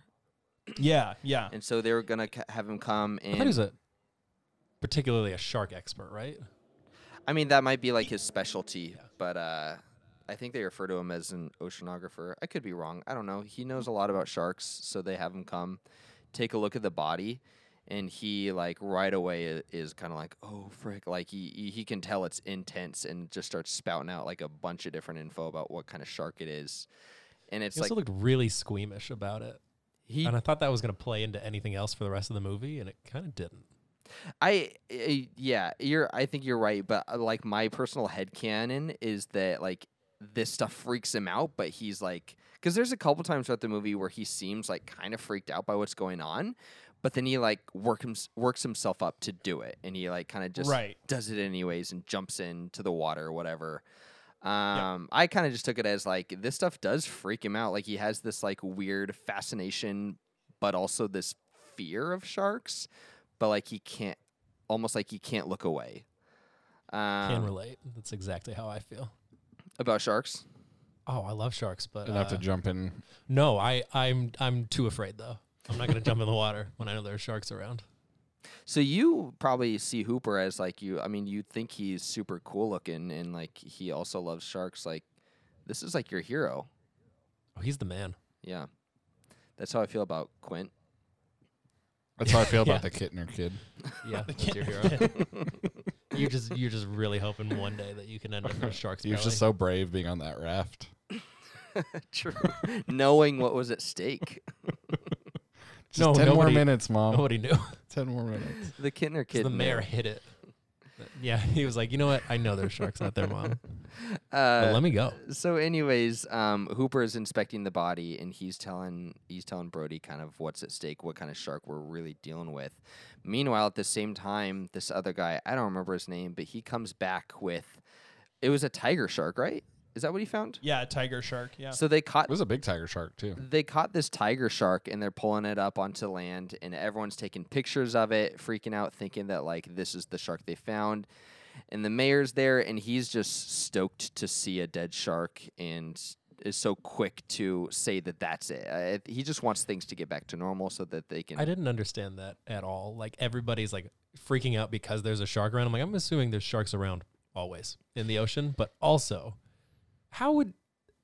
Speaker 4: Yeah, yeah.
Speaker 2: and so they were gonna c- have him come
Speaker 3: I thought he
Speaker 2: and
Speaker 3: was a particularly a shark expert, right?
Speaker 2: I mean, that might be like his specialty, but uh, I think they refer to him as an oceanographer. I could be wrong. I don't know. He knows a lot about sharks, so they have him come take a look at the body, and he like right away i- is kind of like, oh frick, like he he- he can tell it's intense and just starts spouting out like a bunch of different info about what kind of shark it is, and it's
Speaker 3: He
Speaker 2: like
Speaker 3: also looked really squeamish about it.
Speaker 2: he
Speaker 3: and I thought that was going to play into anything else for the rest of the movie, and it kind of didn't.
Speaker 2: I, I yeah, you're. I think you're right, but uh, like my personal head canon is that like this stuff freaks him out, but he's like, because there's a couple times throughout the movie where he seems like kind of freaked out by what's going on, but then he like work him, works himself up to do it, and he like kind of just
Speaker 4: Right.
Speaker 2: does it anyways and jumps into the water or whatever. Um, I kind of just took it as like this stuff does freak him out. Like he has this like weird fascination, but also this fear of sharks. But like he can't, almost like he can't look away.
Speaker 3: Can
Speaker 2: Um,
Speaker 3: relate. That's exactly how I feel.
Speaker 2: about sharks.
Speaker 3: Oh, I love sharks, but
Speaker 5: Enough
Speaker 3: uh,
Speaker 5: to jump in.
Speaker 3: no, I I'm I'm too afraid though. I'm not going to jump in the water when I know there are sharks around.
Speaker 2: So you probably see Hooper as like you. I mean, you think he's super cool looking, and like he also loves sharks. Like this is like your hero.
Speaker 3: Oh, he's the man.
Speaker 2: Yeah, that's how I feel about Quint.
Speaker 5: That's how I feel
Speaker 3: Yeah.
Speaker 5: about the Kittner kid.
Speaker 3: Yeah, that's your hero. you just you're just really hoping one day that you can end up in a shark's
Speaker 5: He was
Speaker 3: belly.
Speaker 5: just so brave being on that raft.
Speaker 2: True. Knowing what was at stake.
Speaker 5: Just
Speaker 3: No,
Speaker 5: ten more
Speaker 3: nobody-
Speaker 5: minutes, mom.
Speaker 3: Nobody knew.
Speaker 5: Ten more minutes.
Speaker 2: The Kittner kid.
Speaker 3: the
Speaker 2: knew.
Speaker 3: mayor hit it. Yeah, he was like, you know what? I know there's sharks out there, mom. But
Speaker 2: Uh,
Speaker 3: let me go.
Speaker 2: so anyways um, hooper is inspecting the body and he's telling he's telling brody kind of what's at stake what kind of shark we're really dealing with meanwhile at the same time this other guy i don't remember his name but he comes back with it was a tiger shark right is that what he found
Speaker 4: Yeah, tiger shark. Yeah.
Speaker 2: so they caught
Speaker 5: It was a big tiger shark too.
Speaker 2: they caught this tiger shark and they're pulling it up onto land and everyone's taking pictures of it freaking out thinking that like this is the shark they found and the mayor's there and he's just stoked to see a dead shark and is so quick to say that that's it uh, he just wants things to get back to normal so that they can
Speaker 3: I didn't understand that at all. Like everybody's like freaking out because there's a shark around. I'm like, I'm assuming there's sharks around always in the ocean, but also, how would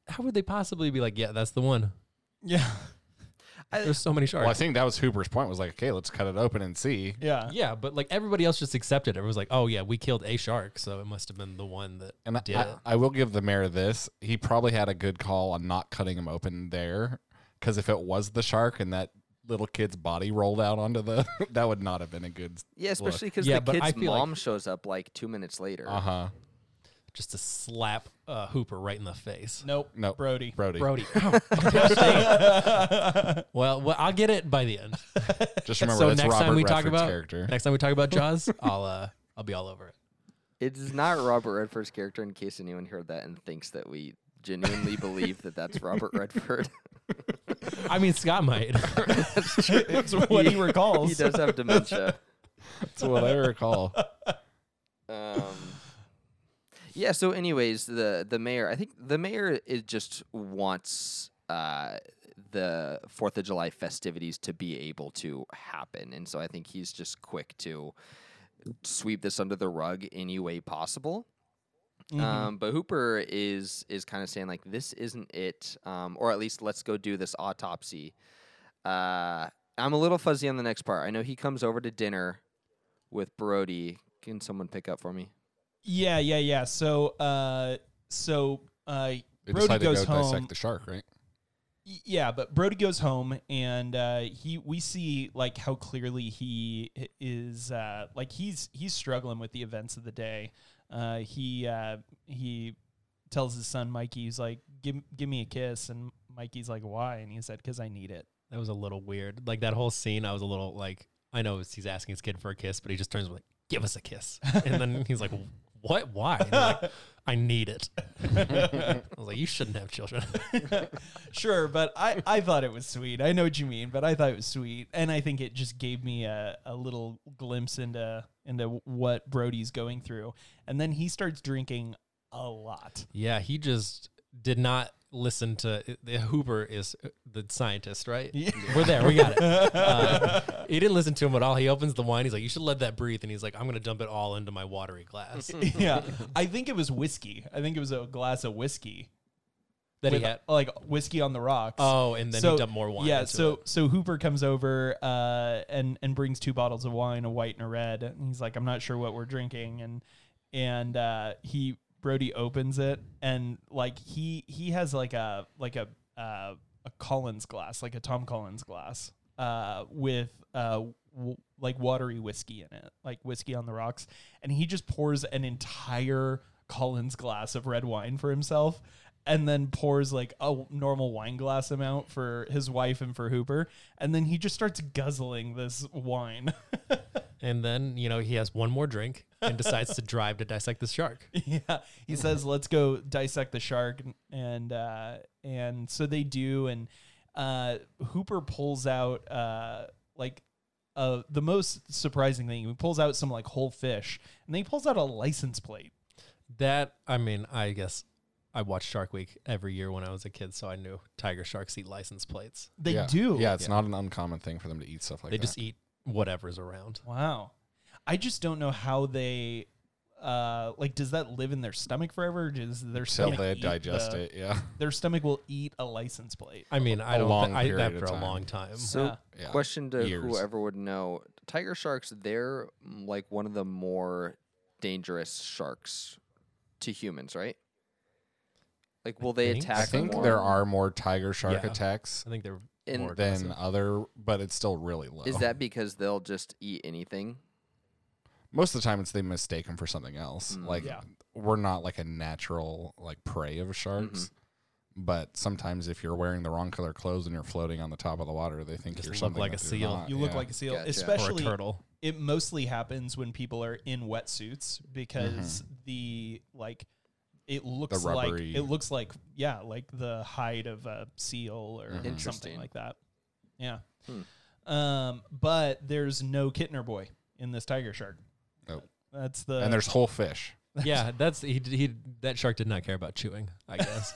Speaker 3: how would they possibly be like, yeah, that's the one?
Speaker 4: yeah.
Speaker 3: There's so many sharks.
Speaker 5: Well, I think that was Hooper's point. Was like, okay, let's cut it open and see.
Speaker 4: Yeah.
Speaker 3: yeah, but like everybody else just accepted. it. Everyone's like, oh yeah, we killed a shark, so it must have been the one that
Speaker 5: And
Speaker 3: did
Speaker 5: I,
Speaker 3: it.
Speaker 5: I will give the mayor this. He probably had a good call on not cutting him open there, because if it was the shark and that little kid's body rolled out onto the, that would not have been a good.
Speaker 2: yeah especially because
Speaker 3: Yeah,
Speaker 2: the
Speaker 3: but I
Speaker 2: kid's
Speaker 3: feel like- Uh-huh.
Speaker 2: mom shows up like two minutes later
Speaker 5: Uh huh.
Speaker 3: Just to slap uh, Hooper right in the face.
Speaker 4: Nope.
Speaker 5: Nope.
Speaker 4: Brody.
Speaker 5: Brody,
Speaker 3: Brody. Ow. Dang. well, well, I'll get it by the end.
Speaker 5: just remember
Speaker 3: so
Speaker 5: that's
Speaker 3: next
Speaker 5: Robert
Speaker 3: time we talk
Speaker 5: Redford's
Speaker 3: about
Speaker 5: character.
Speaker 3: next time we talk about Jaws, I'll uh, I'll be all over it.
Speaker 2: it's not robert redford's character in case anyone heard that and thinks that we genuinely believe that that's robert redford
Speaker 3: I mean, Scott might.
Speaker 4: That's what he recalls.
Speaker 2: he does have dementia
Speaker 5: That's what I recall.
Speaker 2: Um, yeah. So, anyways, the the mayor. I think the mayor is just wants uh, the Fourth of July festivities to be able to happen, and so I think he's just quick to sweep this under the rug any way possible. Um, but Hooper is is kind of saying like this isn't it, um, or at least let's go do this autopsy. Uh, I'm a little fuzzy on the next part. I know he comes over to dinner with Brody. Can someone pick up for me?
Speaker 4: Yeah, yeah, yeah. So, uh, so uh,
Speaker 5: They
Speaker 4: Brody
Speaker 5: decided
Speaker 4: goes
Speaker 5: to go
Speaker 4: home.
Speaker 5: dissect the shark, right?
Speaker 4: Y- yeah, but Brody goes home, and uh, he we see like how clearly he i- is uh, like he's he's struggling with the events of the day. Uh, he uh, he tells his son Mikey, he's like, "Give give me a kiss," and Mikey's like, "Why?" And he said, "Cause I need it."
Speaker 3: That was a little weird. Like that whole scene, I was a little like, I know it's- he's asking his kid for a kiss, but he just turns and like, "Give us a kiss," and then he's like, "What? Why?" And they're like, I need it. I was like, "You shouldn't have children."
Speaker 4: sure, but I, I thought it was sweet. I know what you mean, but I thought it was sweet, and I think it just gave me a, a little glimpse into into what Brody's going through, and then he starts drinking a lot.
Speaker 3: yeah, he just did not listen to the Hooper is the scientist, right?
Speaker 4: Yeah.
Speaker 3: We're there. We got it. Uh, he didn't listen to him at all. He opens the wine. He's like, "You should let that breathe," and he's like, "I'm gonna dump it all into my watery glass."
Speaker 4: yeah, I think it was whiskey. I think it was a glass of whiskey
Speaker 3: that he
Speaker 4: with,
Speaker 3: had.
Speaker 4: like whiskey on the rocks.
Speaker 3: Oh, and then he dumped more wine.
Speaker 4: Yeah,
Speaker 3: into
Speaker 4: so
Speaker 3: it.
Speaker 4: so Hooper comes over uh, and and brings two bottles of wine, a white and a red, and he's like, "I'm not sure what we're drinking," and and uh, he Brody opens it and like he he has like a like a uh, a Collins glass, like a Tom Collins glass, uh, with uh. W- like watery whiskey in it, like whiskey on the rocks, and he just pours an entire Collins glass of red wine for himself and then pours like a w- normal wine glass amount for his wife and for Hooper. And then he just starts guzzling this wine.
Speaker 3: And then, you know, he has one more drink and decides to drive to dissect the shark.
Speaker 4: yeah. He says, let's go dissect the shark. and- And, uh, and so they do. And, uh, Hooper pulls out, uh, like, uh, the most surprising thing, he pulls out some like whole fish and then he pulls out a license plate.
Speaker 3: That, I mean, I guess I watched Shark Week every year when I was a kid, so I knew tiger sharks eat license plates.
Speaker 4: They
Speaker 5: yeah.
Speaker 4: do.
Speaker 5: Yeah, it's not an uncommon thing for them to eat stuff like
Speaker 3: they
Speaker 5: that.
Speaker 3: just eat whatever's around.
Speaker 4: Wow. I just don't know how they uh like does that live in their stomach forever? Or does their
Speaker 5: till
Speaker 4: stomach
Speaker 5: they
Speaker 4: eat
Speaker 5: digest
Speaker 4: the-
Speaker 5: it. Yeah.
Speaker 4: Their stomach will eat a license plate.
Speaker 3: I mean, I
Speaker 5: A
Speaker 3: don't
Speaker 5: long
Speaker 3: thi- I-
Speaker 5: period of
Speaker 3: after a
Speaker 5: time.
Speaker 3: long time.
Speaker 2: So,
Speaker 4: Yeah.
Speaker 5: Yeah.
Speaker 2: question to
Speaker 5: Years.
Speaker 2: whoever would know: tiger sharks, they're mm, like one of the more dangerous sharks to humans, right? Like, will they
Speaker 3: think
Speaker 2: attack?
Speaker 5: I
Speaker 3: Attack
Speaker 5: think
Speaker 2: more?
Speaker 5: there are more tiger shark
Speaker 3: Yeah.
Speaker 5: attacks
Speaker 3: I think they're
Speaker 2: And
Speaker 3: more
Speaker 5: than
Speaker 3: aggressive.
Speaker 5: other, but it's still really low.
Speaker 2: Is that because they'll just eat anything?
Speaker 5: most of the time it's they mistake them for something else.
Speaker 2: Mm.
Speaker 5: like
Speaker 4: Yeah.
Speaker 5: we're not like a natural like prey of sharks. But sometimes, if you're wearing the wrong color clothes and you're floating on the top of the water, they think
Speaker 3: Just
Speaker 5: you're
Speaker 3: look
Speaker 5: something
Speaker 3: like
Speaker 5: that
Speaker 3: a
Speaker 5: you're
Speaker 3: seal.
Speaker 5: not,
Speaker 4: You look
Speaker 5: uh, yeah.
Speaker 4: like a seal,
Speaker 2: Gotcha. Or a
Speaker 3: or a
Speaker 4: especially
Speaker 3: turtle.
Speaker 4: it mostly happens when people are in wetsuits because the like it looks like
Speaker 5: Mm-hmm. rubbery-
Speaker 4: it looks like yeah like the hide of a seal or
Speaker 5: Mhm.
Speaker 4: something
Speaker 2: Interesting.
Speaker 4: like that yeah
Speaker 2: Hmm.
Speaker 4: um but there's no kitner boy in this tiger shark
Speaker 5: Nope.
Speaker 4: that's the
Speaker 5: and there's whole fish.
Speaker 3: yeah, that's he. d- He that shark did not care about chewing. I guess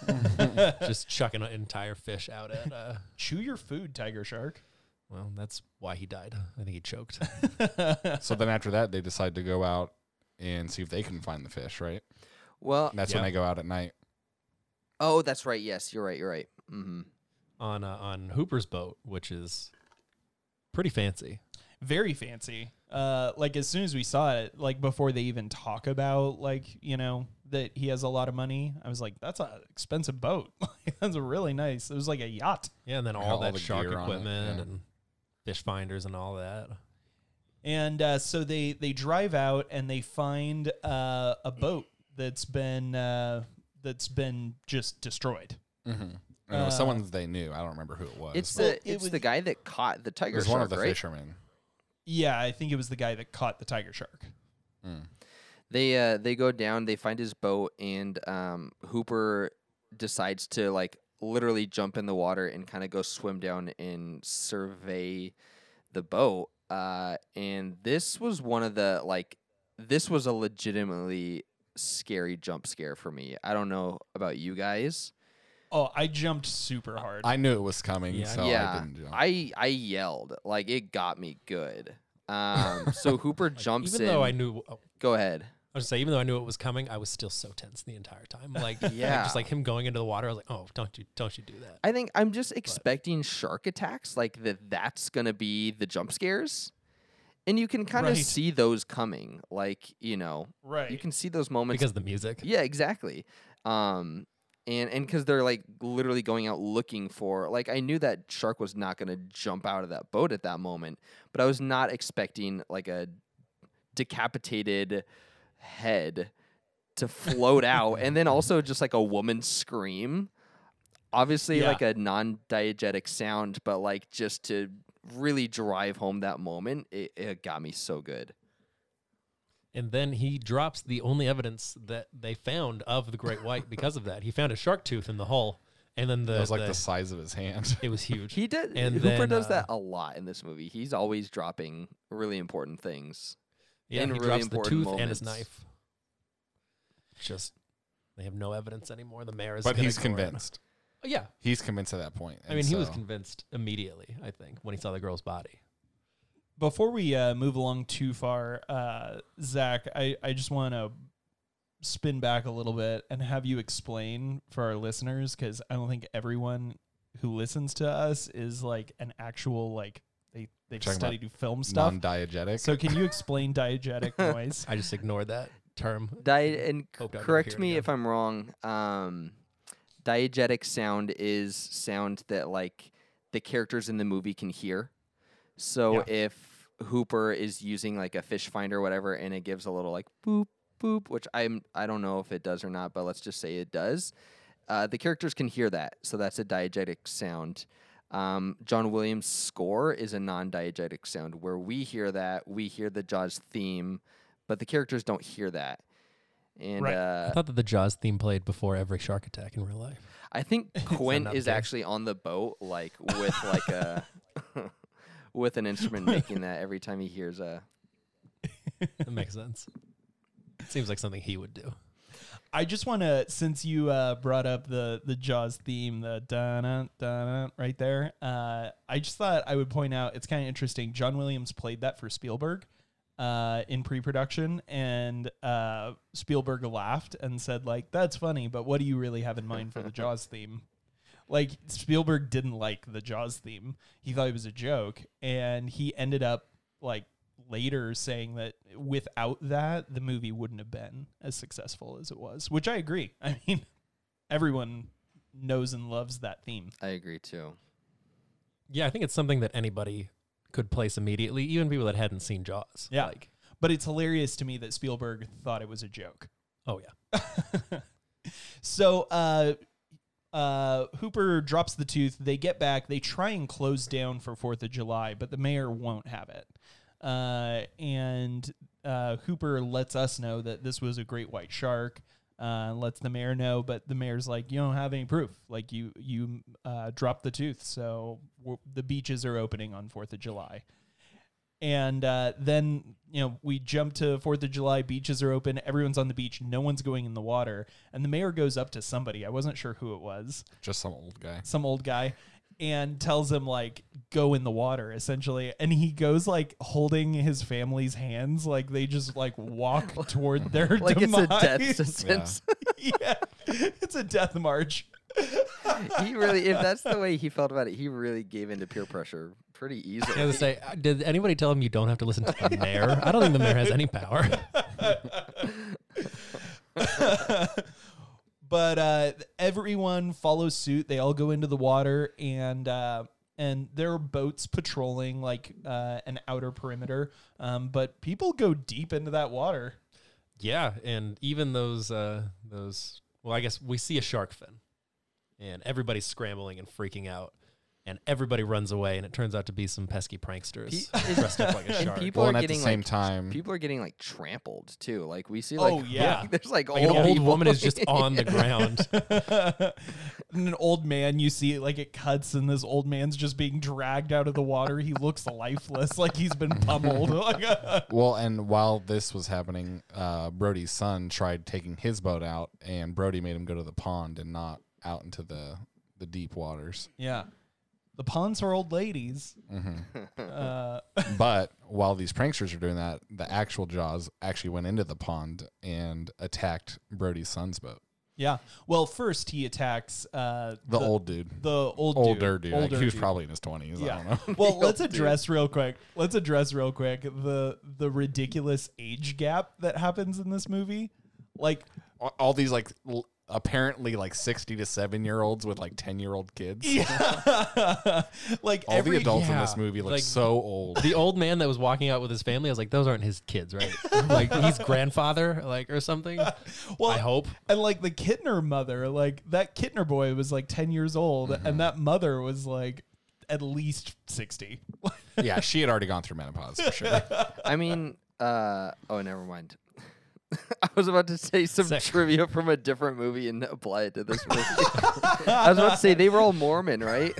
Speaker 3: just chucking an entire fish out at. Uh,
Speaker 4: chew your food tiger shark
Speaker 3: well, that's why he died. I think he choked.
Speaker 5: so then after that, they decide to go out and see if they can find the fish. Right?
Speaker 2: Well,
Speaker 5: And that's when
Speaker 3: Yeah.
Speaker 5: they go out at night.
Speaker 2: oh, that's right. Yes, you're right. You're right. Mm-hmm.
Speaker 3: on uh, on Hooper's boat, which is pretty fancy.
Speaker 4: very fancy. Uh, like as soon as we saw it, like before they even talk about like you know that he has a lot of money, I was like, that's a expensive boat. Like, that's a really nice. It was like a yacht,
Speaker 3: Yeah, and then all,
Speaker 5: all
Speaker 3: that
Speaker 5: the
Speaker 3: shark
Speaker 5: gear on it,
Speaker 3: equipment
Speaker 5: yeah.
Speaker 3: and fish finders and all that.
Speaker 4: and uh, so they they drive out and they find uh, a boat that's been uh, that's been just destroyed.
Speaker 5: Mm-hmm. And it was
Speaker 4: Uh,
Speaker 5: someone that they knew. I don't remember who it was.
Speaker 2: It's
Speaker 5: but
Speaker 2: the
Speaker 4: Well, it
Speaker 2: it's
Speaker 4: was-
Speaker 2: the guy that caught the
Speaker 5: it
Speaker 2: tiger
Speaker 5: was
Speaker 2: shark,
Speaker 5: one of the
Speaker 2: right?
Speaker 5: fishermen.
Speaker 4: Yeah, I think it was the guy that caught the tiger shark.
Speaker 5: Mm.
Speaker 2: They uh they go down, they find his boat, and um Hooper decides to like literally jump in the water and kind of go swim down and survey the boat. Uh and this was one of the like this was a legitimately scary jump scare for me. I don't know about you guys.
Speaker 4: Oh, I jumped super hard.
Speaker 5: I knew it was coming,
Speaker 3: Yeah,
Speaker 5: so Oh, I
Speaker 2: yeah.
Speaker 5: didn't jump.
Speaker 2: I I yelled. Like it got me good. Um so Hooper
Speaker 3: Like,
Speaker 2: jumps
Speaker 3: even
Speaker 2: in.
Speaker 3: though I knew. oh,
Speaker 2: go ahead.
Speaker 3: I was just say, even though I knew it was coming, I was still so tense the entire time. Like, yeah,
Speaker 2: Yeah.
Speaker 3: just like him going into the water. I was like, oh, don't you, don't you do that?
Speaker 2: I think I'm just expecting shark attacks, like that that's gonna be the jump scares. And you can kind of
Speaker 4: Right.
Speaker 2: see those coming. Like, you know,
Speaker 4: right.
Speaker 2: you can see those moments.
Speaker 3: because of the music.
Speaker 2: yeah, exactly. Um and and because they're like literally going out looking for like I knew that shark was not gonna jump out of that boat at that moment, but I was not expecting like a decapitated head to float out and then also just like a woman scream obviously
Speaker 3: Yeah.
Speaker 2: like a non-diegetic sound but like just to really drive home that moment it, it got me so good
Speaker 3: And then he drops the only evidence that they found of the great white because of that. He found a shark tooth in the hull, and then the,
Speaker 5: it was like
Speaker 3: the-
Speaker 5: the size of his hand.
Speaker 3: it was huge.
Speaker 2: he did
Speaker 3: And
Speaker 2: hooper
Speaker 3: then,
Speaker 2: does
Speaker 3: uh,
Speaker 2: that a lot in this movie he's always dropping really important things
Speaker 3: yeah,
Speaker 2: in
Speaker 3: he
Speaker 2: really
Speaker 3: drops the
Speaker 2: important
Speaker 3: tooth and his
Speaker 2: moments.
Speaker 3: knife. Just they have no evidence anymore. The mayor is,
Speaker 5: but
Speaker 3: gonna
Speaker 5: he's
Speaker 3: ignore it.
Speaker 5: convinced.
Speaker 3: Oh, yeah,
Speaker 5: He's convinced at that point.
Speaker 3: I
Speaker 5: and
Speaker 3: mean, he was
Speaker 5: so-
Speaker 3: convinced immediately. I think when he saw the girl's body.
Speaker 4: before we uh, move along too far, uh, Zach, I, I just want to spin back a little bit and have you explain for our listeners because I don't think everyone who listens to us is like an actual like they they
Speaker 5: Talking about
Speaker 4: study do film stuff.
Speaker 5: non-diegetic.
Speaker 4: So can you explain diegetic noise?
Speaker 3: I just ignored that term.
Speaker 2: diet and c-
Speaker 3: Hope I never hear
Speaker 2: correct
Speaker 3: it
Speaker 2: me
Speaker 3: again.
Speaker 2: if i'm wrong um diegetic sound is sound that like the characters in the movie can hear so
Speaker 3: Yeah.
Speaker 2: if hooper is using like a fish finder or whatever and it gives a little like boop boop which i'm i don't know if it does or not but let's just say it does uh, the characters can hear that so that's a diegetic sound um, john williams score is a non-diegetic sound where we hear that we hear the jaws theme but the characters don't hear that and
Speaker 4: Right.
Speaker 2: uh,
Speaker 3: I thought that the Jaws theme played before every shark attack in real life.
Speaker 2: I think Quint
Speaker 3: not
Speaker 2: is
Speaker 3: good.
Speaker 2: actually on the boat, like with like a with an instrument making that every time he hears a.
Speaker 3: That makes sense. Seems like something he would do.
Speaker 4: I just want to, since you uh, brought up the the Jaws theme, the da da right there. Uh, I just thought I would point out it's kind of interesting. John Williams played that for Spielberg uh, in pre-production, and uh, Spielberg laughed and said, "Like that's funny, but what do you really have in mind for the Jaws theme?" Like Spielberg didn't like the Jaws theme. He thought it was a joke, and he ended up like later saying that without that, the movie wouldn't have been as successful as it was, which I agree. I mean, everyone knows and loves that theme.
Speaker 2: I agree too.
Speaker 3: Yeah, I think it's something that anybody could place immediately, even people that hadn't seen Jaws.
Speaker 4: Yeah.
Speaker 3: Like,
Speaker 4: But it's hilarious to me that Spielberg thought it was a joke.
Speaker 3: Oh yeah.
Speaker 4: So uh, uh, Hooper drops the tooth. They get back. They try and close down for Fourth of July, but the mayor won't have it. Uh, and uh, Hooper lets us know that this was a great white shark. Uh, lets the mayor know, but the mayor's like, "You don't have any proof. Like you you uh, dropped the tooth, so w- the beaches are opening on Fourth of July." And uh, then, you know, we jump to 4th of July. Beaches are open. Everyone's on the beach. No one's going in the water. And the mayor goes up to somebody. I wasn't sure who it was,
Speaker 5: Just some old guy.
Speaker 4: some old guy, and tells him, like, go in the water, essentially. And he goes, like, holding his family's hands. Like, they just, like, walk toward their
Speaker 2: Like it's a
Speaker 4: demise.
Speaker 2: death sentence.
Speaker 4: yeah. It's a death march.
Speaker 2: he really, if that's the way he felt about it, he really gave into peer pressure pretty
Speaker 3: I
Speaker 2: easily.
Speaker 3: was gonna say, uh, did anybody tell him you don't have to listen to the mayor? I don't think the mayor has any power.
Speaker 4: but uh, everyone follows suit. They all go into the water, and uh, and there are boats patrolling like uh, an outer perimeter. Um, but people go deep into that water.
Speaker 3: Yeah, and even those uh those well, I guess we see a shark fin. And everybody's scrambling and freaking out. And everybody runes away, and it turns out to be some pesky pranksters
Speaker 2: Pe- is-
Speaker 3: dressed up like a
Speaker 2: and
Speaker 3: shark.
Speaker 2: people
Speaker 5: Well,
Speaker 2: are
Speaker 5: and at the
Speaker 2: getting
Speaker 5: same
Speaker 2: like
Speaker 5: time,
Speaker 2: people are getting like trampled too. Like we see like
Speaker 4: Oh, yeah.
Speaker 2: there's like,
Speaker 3: like an
Speaker 2: old
Speaker 3: old
Speaker 2: people.
Speaker 3: woman is just on the ground.
Speaker 4: and an old man, you see, like it cuts, and this old man's just being dragged out of the water. He looks lifeless, like he's been pummeled. Like,
Speaker 5: Well, and while this was happening, uh, Brody's son tried taking his boat out, and Brody made him go to the pond and not out into the the deep waters.
Speaker 4: yeah, the ponds are old ladies.
Speaker 5: Mm.
Speaker 4: Uh,
Speaker 5: but while these pranksters are doing that, the actual Jaws actually went into the pond and attacked Brody's son's boat.
Speaker 4: yeah. Well, first he attacks uh,
Speaker 5: The, old dude,
Speaker 4: the old
Speaker 5: older dude.
Speaker 4: dude.
Speaker 5: like, he was
Speaker 4: dude.
Speaker 5: probably in his twenties. I
Speaker 4: Yeah.
Speaker 5: don't know.
Speaker 4: Well, let's address real quick. Let's address real quick the the ridiculous age gap that happens in this movie. Like,
Speaker 5: All- All these like l- apparently like sixty to seven year olds with like ten year old kids.
Speaker 4: like
Speaker 5: All
Speaker 4: every
Speaker 5: the adults in
Speaker 3: yeah.
Speaker 5: this movie look
Speaker 3: Like-
Speaker 5: so old.
Speaker 3: the old man that was walking out with his family, I was like, those aren't his kids, right? like he's grandfather, like or something.
Speaker 4: well,
Speaker 3: I hope.
Speaker 4: and like the Kittner mother, like that Kittner boy was like ten years old, and that mother was like at least sixty.
Speaker 5: yeah, she had already gone through menopause for sure.
Speaker 2: I mean, uh, oh, never mind. I was about to say some
Speaker 3: Sick.
Speaker 2: trivia from a different movie and apply it to this movie. I was about to say they were all Mormon, right?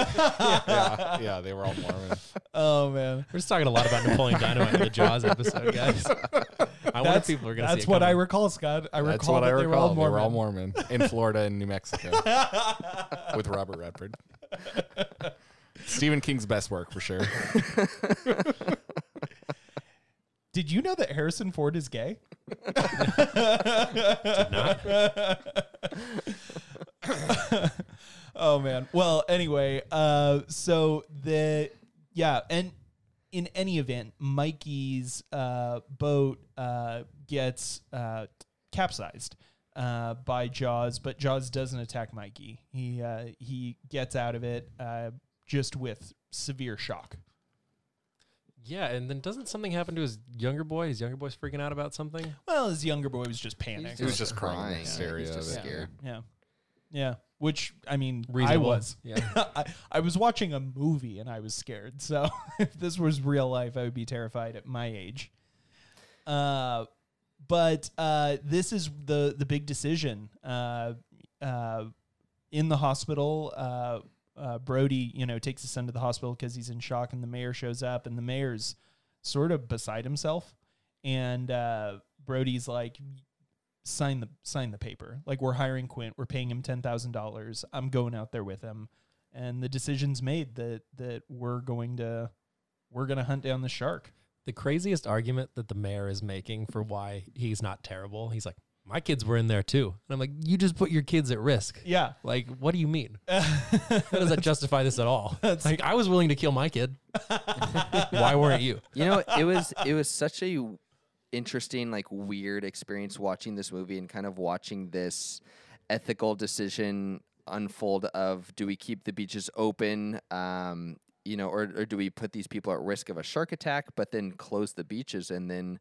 Speaker 5: yeah, yeah, they were all Mormon.
Speaker 4: oh man,
Speaker 3: We're just talking a lot about Napoleon Dynamite in the Jaws episode, guys. I wonder if
Speaker 4: that's
Speaker 3: people are gonna see
Speaker 4: that's
Speaker 3: it
Speaker 4: what I
Speaker 3: coming.
Speaker 4: recall, Scott. I
Speaker 5: That's
Speaker 4: recall
Speaker 5: what
Speaker 4: that
Speaker 5: I recall.
Speaker 4: they were all Mormon.
Speaker 5: Mormon in Florida and New Mexico with Robert Redford. Stephen King's best work for sure.
Speaker 4: Did you know that Harrison Ford is gay? oh man. Well, anyway, uh, so the yeah, and in any event, Mikey's uh, boat uh, gets uh, capsized uh, by Jaws, but Jaws doesn't attack Mikey. He uh, he gets out of it uh, just with severe shock.
Speaker 3: Yeah, and then doesn't something happen to his younger boy? His younger boy's freaking out about something.
Speaker 4: Well, his younger boy was just panicked.
Speaker 5: He was just crying. in
Speaker 2: He's
Speaker 5: hysteria
Speaker 2: just
Speaker 5: of it.
Speaker 2: scared.
Speaker 4: Yeah. Yeah. Which I mean,
Speaker 3: Reasonable.
Speaker 4: I was.
Speaker 3: Yeah.
Speaker 4: I, I was watching a movie and I was scared. So if this was real life, I would be terrified at my age. Uh, but uh, this is the the big decision. Uh, uh, in the hospital, uh, uh, Brody, you know, takes his son to the hospital because he's in shock, and the mayor shows up, and the mayor's sort of beside himself, and uh, Brody's like, sign the sign the paper. Like we're hiring Quint, we're paying him ten thousand dollars. I'm going out there with him, and the decision's made that that we're going to we're going to hunt down the shark.
Speaker 3: The craziest argument that the mayor is making for why he's not terrible. He's like, my kids were in there too, and I'm like, you just put your kids at risk.
Speaker 4: Yeah,
Speaker 3: Like, what do you mean? How does that justify this at all? Like, I was willing to kill my kid. Why weren't you?
Speaker 2: You know, it was it was such a w- interesting, like weird experience watching this movie and kind of watching this ethical decision unfold of do we keep the beaches open? Um, you know, or, or do we put these people at risk of a shark attack, but then close the beaches and then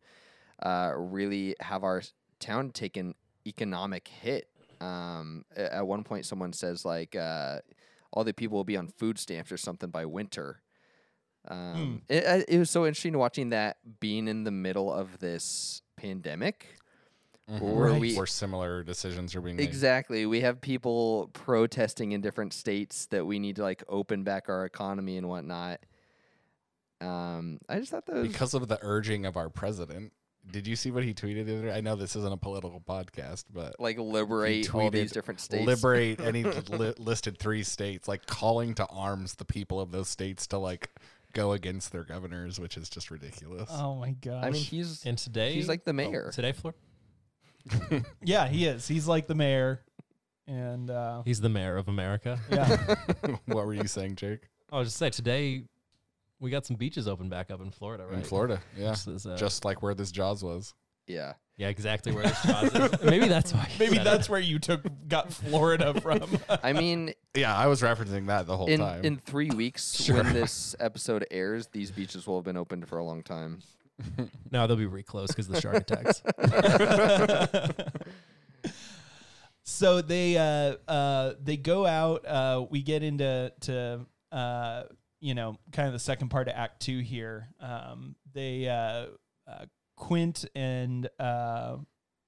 Speaker 2: uh, really have our s- town take an economic hit? Um, a- at one point, someone says like uh, all the people will be on food stamps or something by winter.
Speaker 5: Hmm.
Speaker 2: Um, it, I- it was so interesting watching that being in the middle of this pandemic. Where we
Speaker 5: where similar decisions are being made.
Speaker 2: Exactly. We have people protesting in different states that we need to like open back our economy and whatnot. Um, I just thought that was
Speaker 5: because of the urging of our president. Did you see what he tweeted the other day? I know this isn't a political podcast, but
Speaker 2: like liberate all these
Speaker 5: tweeted,
Speaker 2: different states.
Speaker 5: liberate and he li- listed three states like calling to arms the people of those states to like go against their governors, which is just ridiculous.
Speaker 4: Oh my gosh.
Speaker 2: I mean, he's
Speaker 3: And today
Speaker 2: he's like the
Speaker 3: oh,
Speaker 2: mayor.
Speaker 3: today, Flor,
Speaker 4: yeah, he is. He's like the mayor, and uh,
Speaker 3: he's the mayor of America.
Speaker 4: yeah,
Speaker 2: Oh.
Speaker 5: what were you saying, Jake?
Speaker 3: Oh, I was just say today we got some beaches open back up in Florida, right?
Speaker 5: In Florida, yeah,
Speaker 3: This is, uh,
Speaker 5: just like where this Jaws was.
Speaker 2: yeah.
Speaker 3: yeah, exactly where this Jaws is. Maybe that's why. he
Speaker 4: maybe
Speaker 3: said it.
Speaker 4: that's where you took got Florida from.
Speaker 2: I mean,
Speaker 5: Yeah, I was referencing that the whole
Speaker 2: in
Speaker 5: time.
Speaker 2: in three weeks when this episode airs, these beaches will have been opened for a long time.
Speaker 3: No, they'll be reclosed because the shark attacks.
Speaker 4: so they uh, uh, they go out. Uh, we get into to uh, you know kind of the second part of Act Two here. Um, they uh, uh, Quint and uh,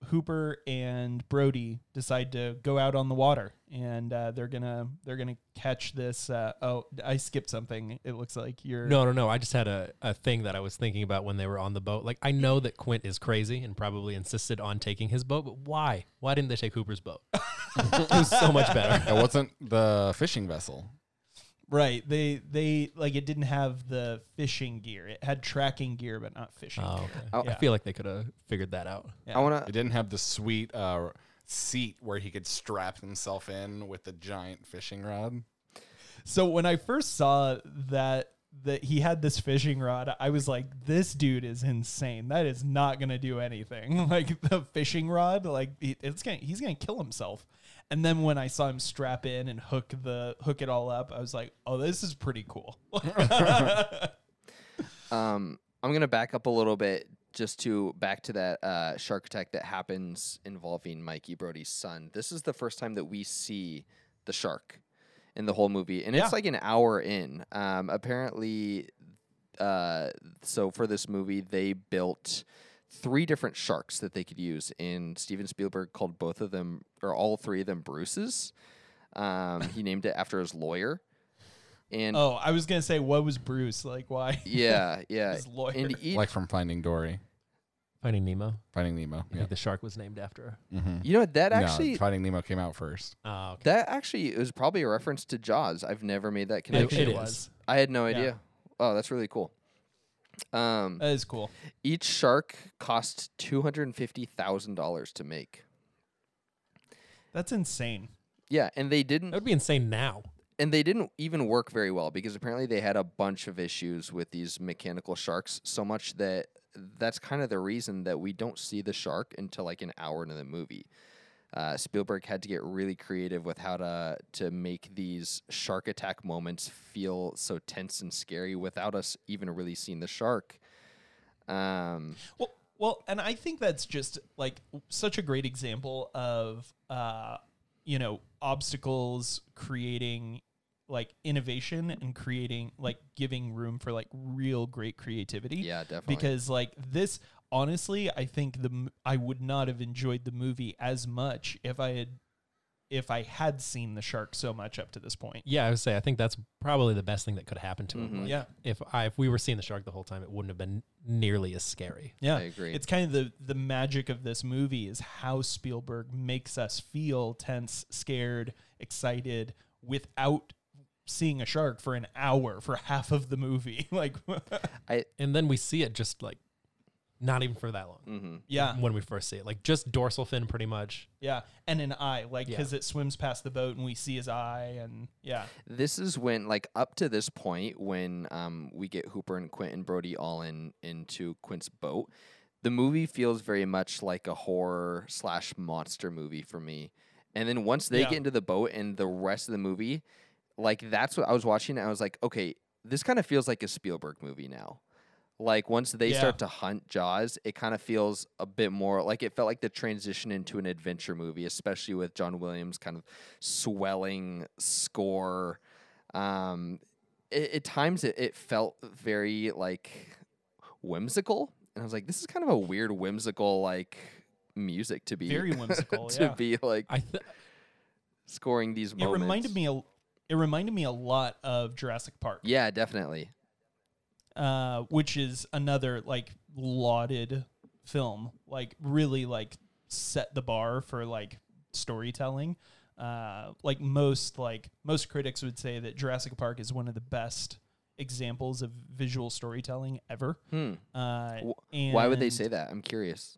Speaker 4: Hooper and Brody decide to go out on the water, and uh, they're gonna they're gonna catch this. Uh, oh, I skipped something. It looks like you're
Speaker 3: No, no, no. I just had a, a thing that I was thinking about when they were on the boat. Like, I know that Quint is crazy and probably insisted on taking his boat, but why? Why didn't they take Hooper's boat? it was so much better.
Speaker 5: it wasn't the fishing vessel.
Speaker 4: right. They they like it didn't have the fishing gear. It had tracking gear, but not fishing.
Speaker 3: Oh, okay.
Speaker 2: Oh.
Speaker 3: I feel like they could have figured that out.
Speaker 4: Yeah.
Speaker 2: I want
Speaker 5: It
Speaker 2: to.
Speaker 5: didn't have the sweet uh, seat where he could strap himself in with the giant fishing rod.
Speaker 4: So when I first saw that that he had this fishing rod, I was like, "This dude is insane. That is not gonna do anything. Like the fishing rod, like it- it's gonna he's gonna kill himself." And then when I saw him strap in and hook the hook it all up, I was like, "Oh, this is pretty cool."
Speaker 3: Hmm.
Speaker 2: Um, I'm gonna back up a little bit just to back to that uh, shark attack that happens involving Mikey Brody's son. This is the first time that we see the shark in the whole movie, and
Speaker 4: Yeah.
Speaker 2: it's like an hour in. Um, apparently, uh, so for this movie, they built three different sharks that they could use, and Steven Spielberg called both of them or all three of them Bruce's. Um, he named it after his lawyer. And
Speaker 4: oh, I was gonna say, "What was Bruce like? Why?"
Speaker 2: yeah, yeah.
Speaker 4: His lawyer.
Speaker 2: And each,
Speaker 5: Like from Finding Dory,
Speaker 3: Finding Nemo.
Speaker 5: Finding Nemo.
Speaker 3: I
Speaker 5: Yeah.
Speaker 3: think the shark was named after.
Speaker 2: You know that
Speaker 5: No,
Speaker 2: actually
Speaker 5: Finding Nemo came out first.
Speaker 3: Oh, okay.
Speaker 2: that actually is probably a reference to Jaws. I've never made that
Speaker 4: I think
Speaker 2: connection.
Speaker 3: it
Speaker 4: it
Speaker 3: is.
Speaker 4: was.
Speaker 2: I had no
Speaker 4: Yeah.
Speaker 2: idea. Oh, that's really cool. Um,
Speaker 4: That is cool.
Speaker 2: each shark cost two hundred and fifty thousand dollars to make.
Speaker 4: That's insane.
Speaker 2: Yeah, and they didn't
Speaker 3: That would be insane now.
Speaker 2: and they didn't even work very well because apparently they had a bunch of issues with these mechanical sharks so much that that's kind of the reason that we don't see the shark until like an hour into the movie. Uh, Spielberg had to get really creative with how to to make these shark attack moments feel so tense and scary without us even really seeing the shark. Um,
Speaker 4: Well, well, and I think that's just like such a great example of uh, you know obstacles creating like innovation and creating like giving room for like real great creativity.
Speaker 2: yeah, definitely.
Speaker 4: Because like this, honestly, I think the m- I would not have enjoyed the movie as much if I had if I had seen the shark so much up to this point.
Speaker 3: Yeah, I would say I think that's probably the best thing that could happen to him.
Speaker 2: Mhm.
Speaker 5: Mm-hmm.
Speaker 3: Like,
Speaker 4: Yeah.
Speaker 3: If I if we were seeing the shark the whole time, it wouldn't have been nearly as scary.
Speaker 4: Yeah,
Speaker 2: I agree.
Speaker 4: It's kind of the the magic of this movie is how Spielberg makes us feel tense, scared, excited without seeing a shark for an hour for half of the movie. like,
Speaker 3: And then we see it just like not even for that long.
Speaker 2: hmm
Speaker 4: yeah,
Speaker 3: when we first see it. Like just dorsal fin, pretty much.
Speaker 4: yeah, and an eye, like
Speaker 3: Yeah.
Speaker 4: because it swims past the boat and we see his eye, and yeah,
Speaker 2: this is when like up to this point when um we get Hooper and Quint and Brody all in into Quint's boat. The movie feels very much like a horror slash monster movie for me. And then once they
Speaker 4: Yeah.
Speaker 2: get into the boat and the rest of the movie, like that's what I was watching. And I was like, okay, this kind of feels like a Spielberg movie now. Like once they
Speaker 4: Yeah.
Speaker 2: start to hunt Jaws, it kind of feels a bit more like it felt like the transition into an adventure movie, especially with John Williams' kind of swelling score. Um, it, at times, it, it felt very like whimsical, and I was like, "This is kind of a weird whimsical like music to be
Speaker 4: Very whimsical,
Speaker 2: to
Speaker 4: yeah.
Speaker 2: be like
Speaker 3: I th-
Speaker 2: scoring these
Speaker 4: It
Speaker 2: moments."
Speaker 4: reminded me a, it reminded me a lot of Jurassic Park.
Speaker 2: Yeah, definitely.
Speaker 4: uh, which is another like lauded film, like really like set the bar for like storytelling. Uh, like most like most critics would say that Jurassic Park is one of the best examples of visual storytelling ever.
Speaker 2: Hmm.
Speaker 4: Uh,
Speaker 2: Wh- Why would they
Speaker 4: and-
Speaker 2: say that? I'm curious.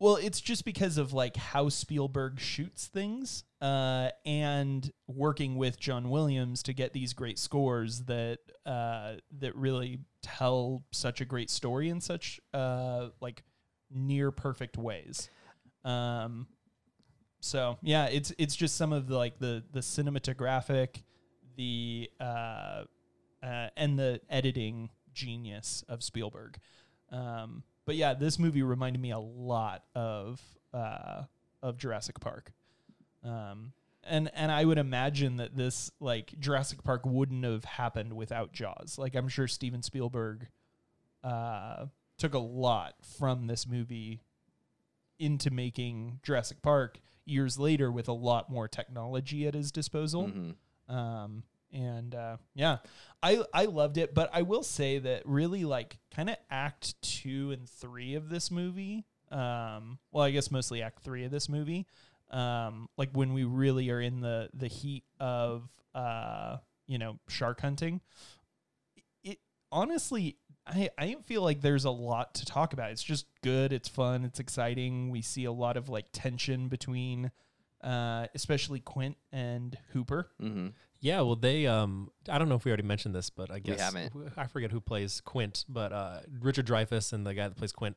Speaker 4: well, it's just because of like how Spielberg shoots things, uh, and working with John Williams to get these great scores that uh, that really tell such a great story in such uh, like near perfect ways. Um, so yeah, it's it's just some of the, like the the cinematographic, the uh, uh, and the editing genius of Spielberg. Um, but yeah, this movie reminded me a lot of uh, of Jurassic Park. Um, and and I would imagine that this like Jurassic Park wouldn't have happened without Jaws. Like I'm sure Steven Spielberg uh, took a lot from this movie into making Jurassic Park years later with a lot more technology at his disposal
Speaker 2: Mhm.
Speaker 4: um and uh yeah i i loved it but i will say that really like kind of act two and three of this movie um well i guess mostly act three of this movie um like when we really are in the the heat of uh you know shark hunting it honestly I, I feel like there's a lot to talk about. It's just good. It's fun. It's exciting. We see a lot of like tension between, uh, especially Quint and Hooper.
Speaker 2: Mhm.
Speaker 3: yeah, well, they um, I don't know if we already mentioned this, but I guess
Speaker 2: haven't.
Speaker 3: w- I forget who plays Quint, but uh, Richard Dreyfuss and the guy that plays Quint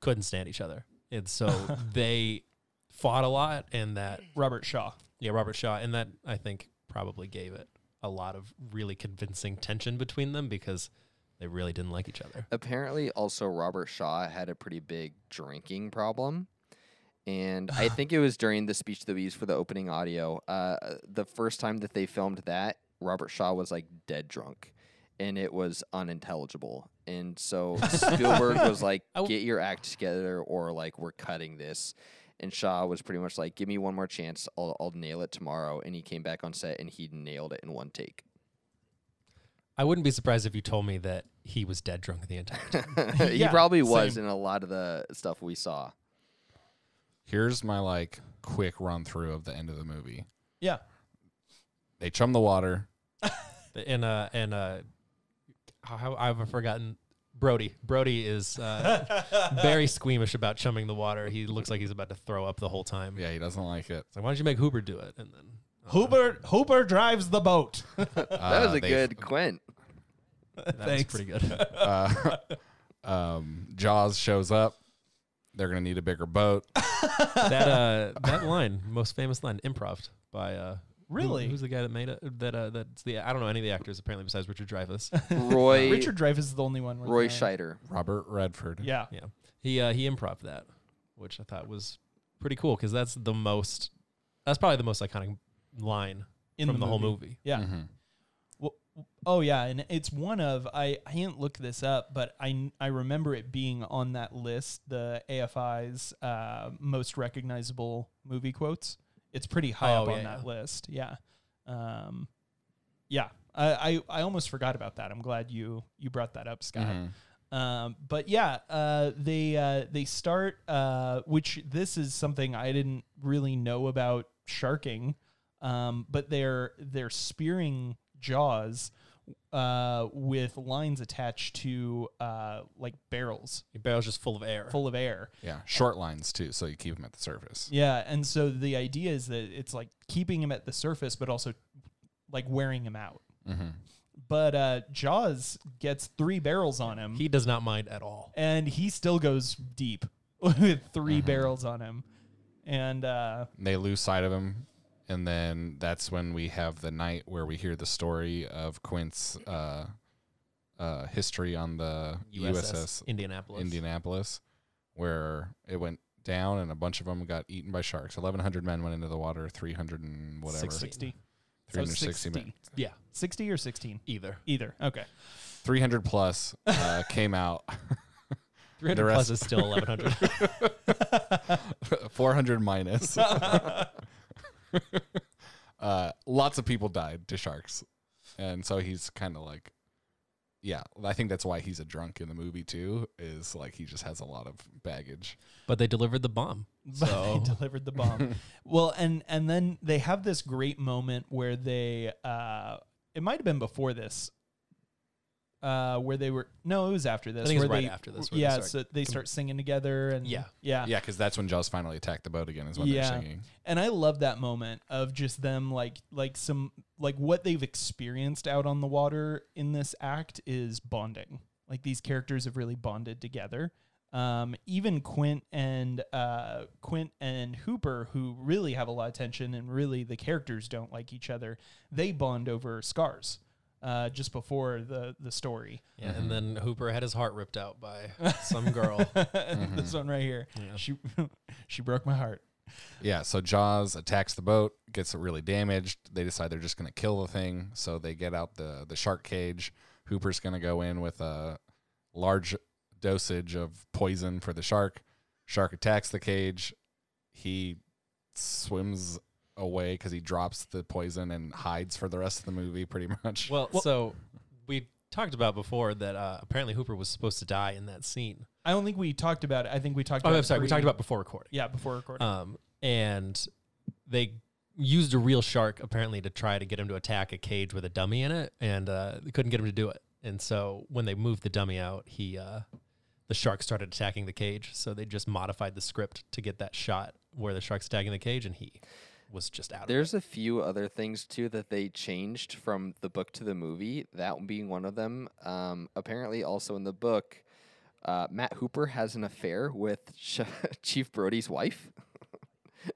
Speaker 3: couldn't stand each other, and so they fought a lot, and that
Speaker 4: Robert Shaw.
Speaker 3: yeah, Robert Shaw, and that I think probably gave it a lot of really convincing tension between them because they really didn't like each other.
Speaker 2: Apparently, also Robert Shaw had a pretty big drinking problem, and I think it was during the speech that we used for the opening audio. Uh, the first time that they filmed that, Robert Shaw was like dead drunk, and it was unintelligible. And so Spielberg was like,
Speaker 3: I w-
Speaker 2: "Get your act together, or like we're cutting this." And Shaw was pretty much like, "Give me one more chance. I'll, I'll nail it tomorrow." And he came back on set and he nailed it in one take.
Speaker 3: I wouldn't be surprised if you told me that he was dead drunk the entire time.
Speaker 2: he
Speaker 4: Yeah,
Speaker 2: probably was
Speaker 4: same.
Speaker 2: in a lot of the stuff we saw.
Speaker 5: Here's my like quick run through of the end of the movie.
Speaker 4: Yeah.
Speaker 5: They chum the water.
Speaker 3: and uh and uh, how I've forgotten. Brody, Brody is uh, very squeamish about chumming the water. He looks like he's about to throw up the whole time.
Speaker 5: Yeah, he doesn't like it.
Speaker 3: It's like, why don't you make Hooper do it? And then
Speaker 4: Hooper Hooper drives the boat.
Speaker 2: That
Speaker 5: Uh,
Speaker 2: was a
Speaker 5: they-
Speaker 2: good Quint.
Speaker 3: that
Speaker 4: Thanks.
Speaker 3: was pretty good.
Speaker 5: Uh, um, Jaws shows up. They're gonna need a bigger boat.
Speaker 3: that uh, that line, most famous line, improv by uh, who-
Speaker 4: Really?
Speaker 3: who's the guy that made it? That uh, that's the I don't know any of the actors apparently besides Richard Dreyfuss.
Speaker 2: Roy
Speaker 4: Richard Dreyfuss is the only one. worth
Speaker 2: Roy
Speaker 4: knowing.
Speaker 2: Scheider.
Speaker 5: Robert Redford.
Speaker 4: Yeah.
Speaker 3: yeah, he uh, he improv that, which I thought was pretty cool because that's the most that's probably the most iconic line
Speaker 4: In
Speaker 3: from the, whole movie.
Speaker 4: Yeah.
Speaker 5: Mhm.
Speaker 3: Mm-hmm.
Speaker 4: Well, oh yeah, and it's one of I I didn't look this up, but I kn- I remember it being on that list, the AFI's uh, most recognizable movie quotes. It's pretty high
Speaker 3: Oh,
Speaker 4: up on
Speaker 3: yeah,
Speaker 4: that
Speaker 3: yeah.
Speaker 4: list. Yeah. Um, yeah. I, I I almost forgot about that. I'm glad you you brought that up, Scott.
Speaker 5: Mhm.
Speaker 3: Mm-hmm.
Speaker 4: Um, but yeah, uh, they uh, they start, uh, which this is something I didn't really know about sharking, um, but they're they're spearing jaws uh, with lines attached to uh, like barrels
Speaker 3: Your barrel's just full of air.
Speaker 4: full of air.
Speaker 5: Yeah. Short lines too, so you keep them at the surface.
Speaker 4: Yeah, and so the idea is that it's like keeping him at the surface, but also like wearing him out.
Speaker 5: hmm
Speaker 4: But uh, Jaws gets three barrels on him.
Speaker 3: He does not mind at all.
Speaker 4: and he still goes
Speaker 3: Mm-hmm.
Speaker 4: deep with 3 barrels on him. And uh,
Speaker 5: They lose sight of him. and then that's when we have the night where we hear the story of Quint's uh, uh, history on the USS,
Speaker 3: Indianapolis.
Speaker 5: Indianapolis, where it went down and a bunch of them got eaten by sharks. 1,100 men went into the water, 300 and whatever.
Speaker 3: Sixty.
Speaker 4: 60. So
Speaker 5: 360 men.
Speaker 4: 16.
Speaker 3: Yeah,
Speaker 4: 60 or 16?
Speaker 3: either.
Speaker 4: Either. Okay.
Speaker 5: 300 plus uh, came out.
Speaker 3: 300
Speaker 5: The rest-
Speaker 3: plus is still 1100.
Speaker 5: 400 minus. uh, lots of people died to sharks. And so he's kind of like, yeah, I think that's why he's a drunk in the movie too, is like he just has a lot of baggage.
Speaker 3: but they delivered the bomb.
Speaker 4: but
Speaker 3: So
Speaker 4: they delivered the bomb. well, and and then they have this great moment where they uh it might have been before this. Uh, where they were no, it was after this.
Speaker 3: I think it's
Speaker 4: where
Speaker 3: right
Speaker 4: they-
Speaker 3: after this where they
Speaker 4: Yeah,
Speaker 3: start
Speaker 4: so they start singing together and
Speaker 3: Yeah.
Speaker 4: yeah,
Speaker 5: Yeah, because that's when Jaws finally attacked the boat again, is when
Speaker 4: Ah. Yeah.
Speaker 5: they're singing.
Speaker 4: And I love that moment of just them like like some like what they've experienced out on the water in this act is bonding. Like these characters have really bonded together. Um, even Quint and uh, Quint and Hooper, who really have a lot of tension and really the characters don't like each other, they bond over scars uh, just before the the story.
Speaker 3: yeah, and then Hooper had his heart ripped out by some girl.
Speaker 4: this one right here, she she broke my heart.
Speaker 5: Yeah, so Jaws attacks the boat, gets it really damaged. They decide they're just going to kill the thing, so they get out the the shark cage. Hooper's going to go in with a large dosage of poison for the shark. Shark attacks the cage. He swims away because he drops the poison and hides for the rest of the movie, pretty much.
Speaker 3: Well, so we talked about before that uh, apparently Hooper was supposed to die in that scene.
Speaker 4: I don't think we talked about it. I think we talked.
Speaker 3: Oh,
Speaker 4: about
Speaker 3: I'm sorry. We
Speaker 4: pre-
Speaker 3: talked about before recording.
Speaker 4: yeah before recording.
Speaker 3: Um, and they used a real shark apparently to try to get him to attack a cage with a dummy in it, and uh, they couldn't get him to do it. And so when they moved the dummy out, he uh, the shark started attacking the cage. So they just modified the script to get that shot where the shark's attacking the cage, and he was just out. of it.
Speaker 2: There's a few other things too that they changed from the book to the movie. That being one of them. Um, apparently, also in the book, uh, Matt Hooper has an affair with Ch- Chief Brody's wife.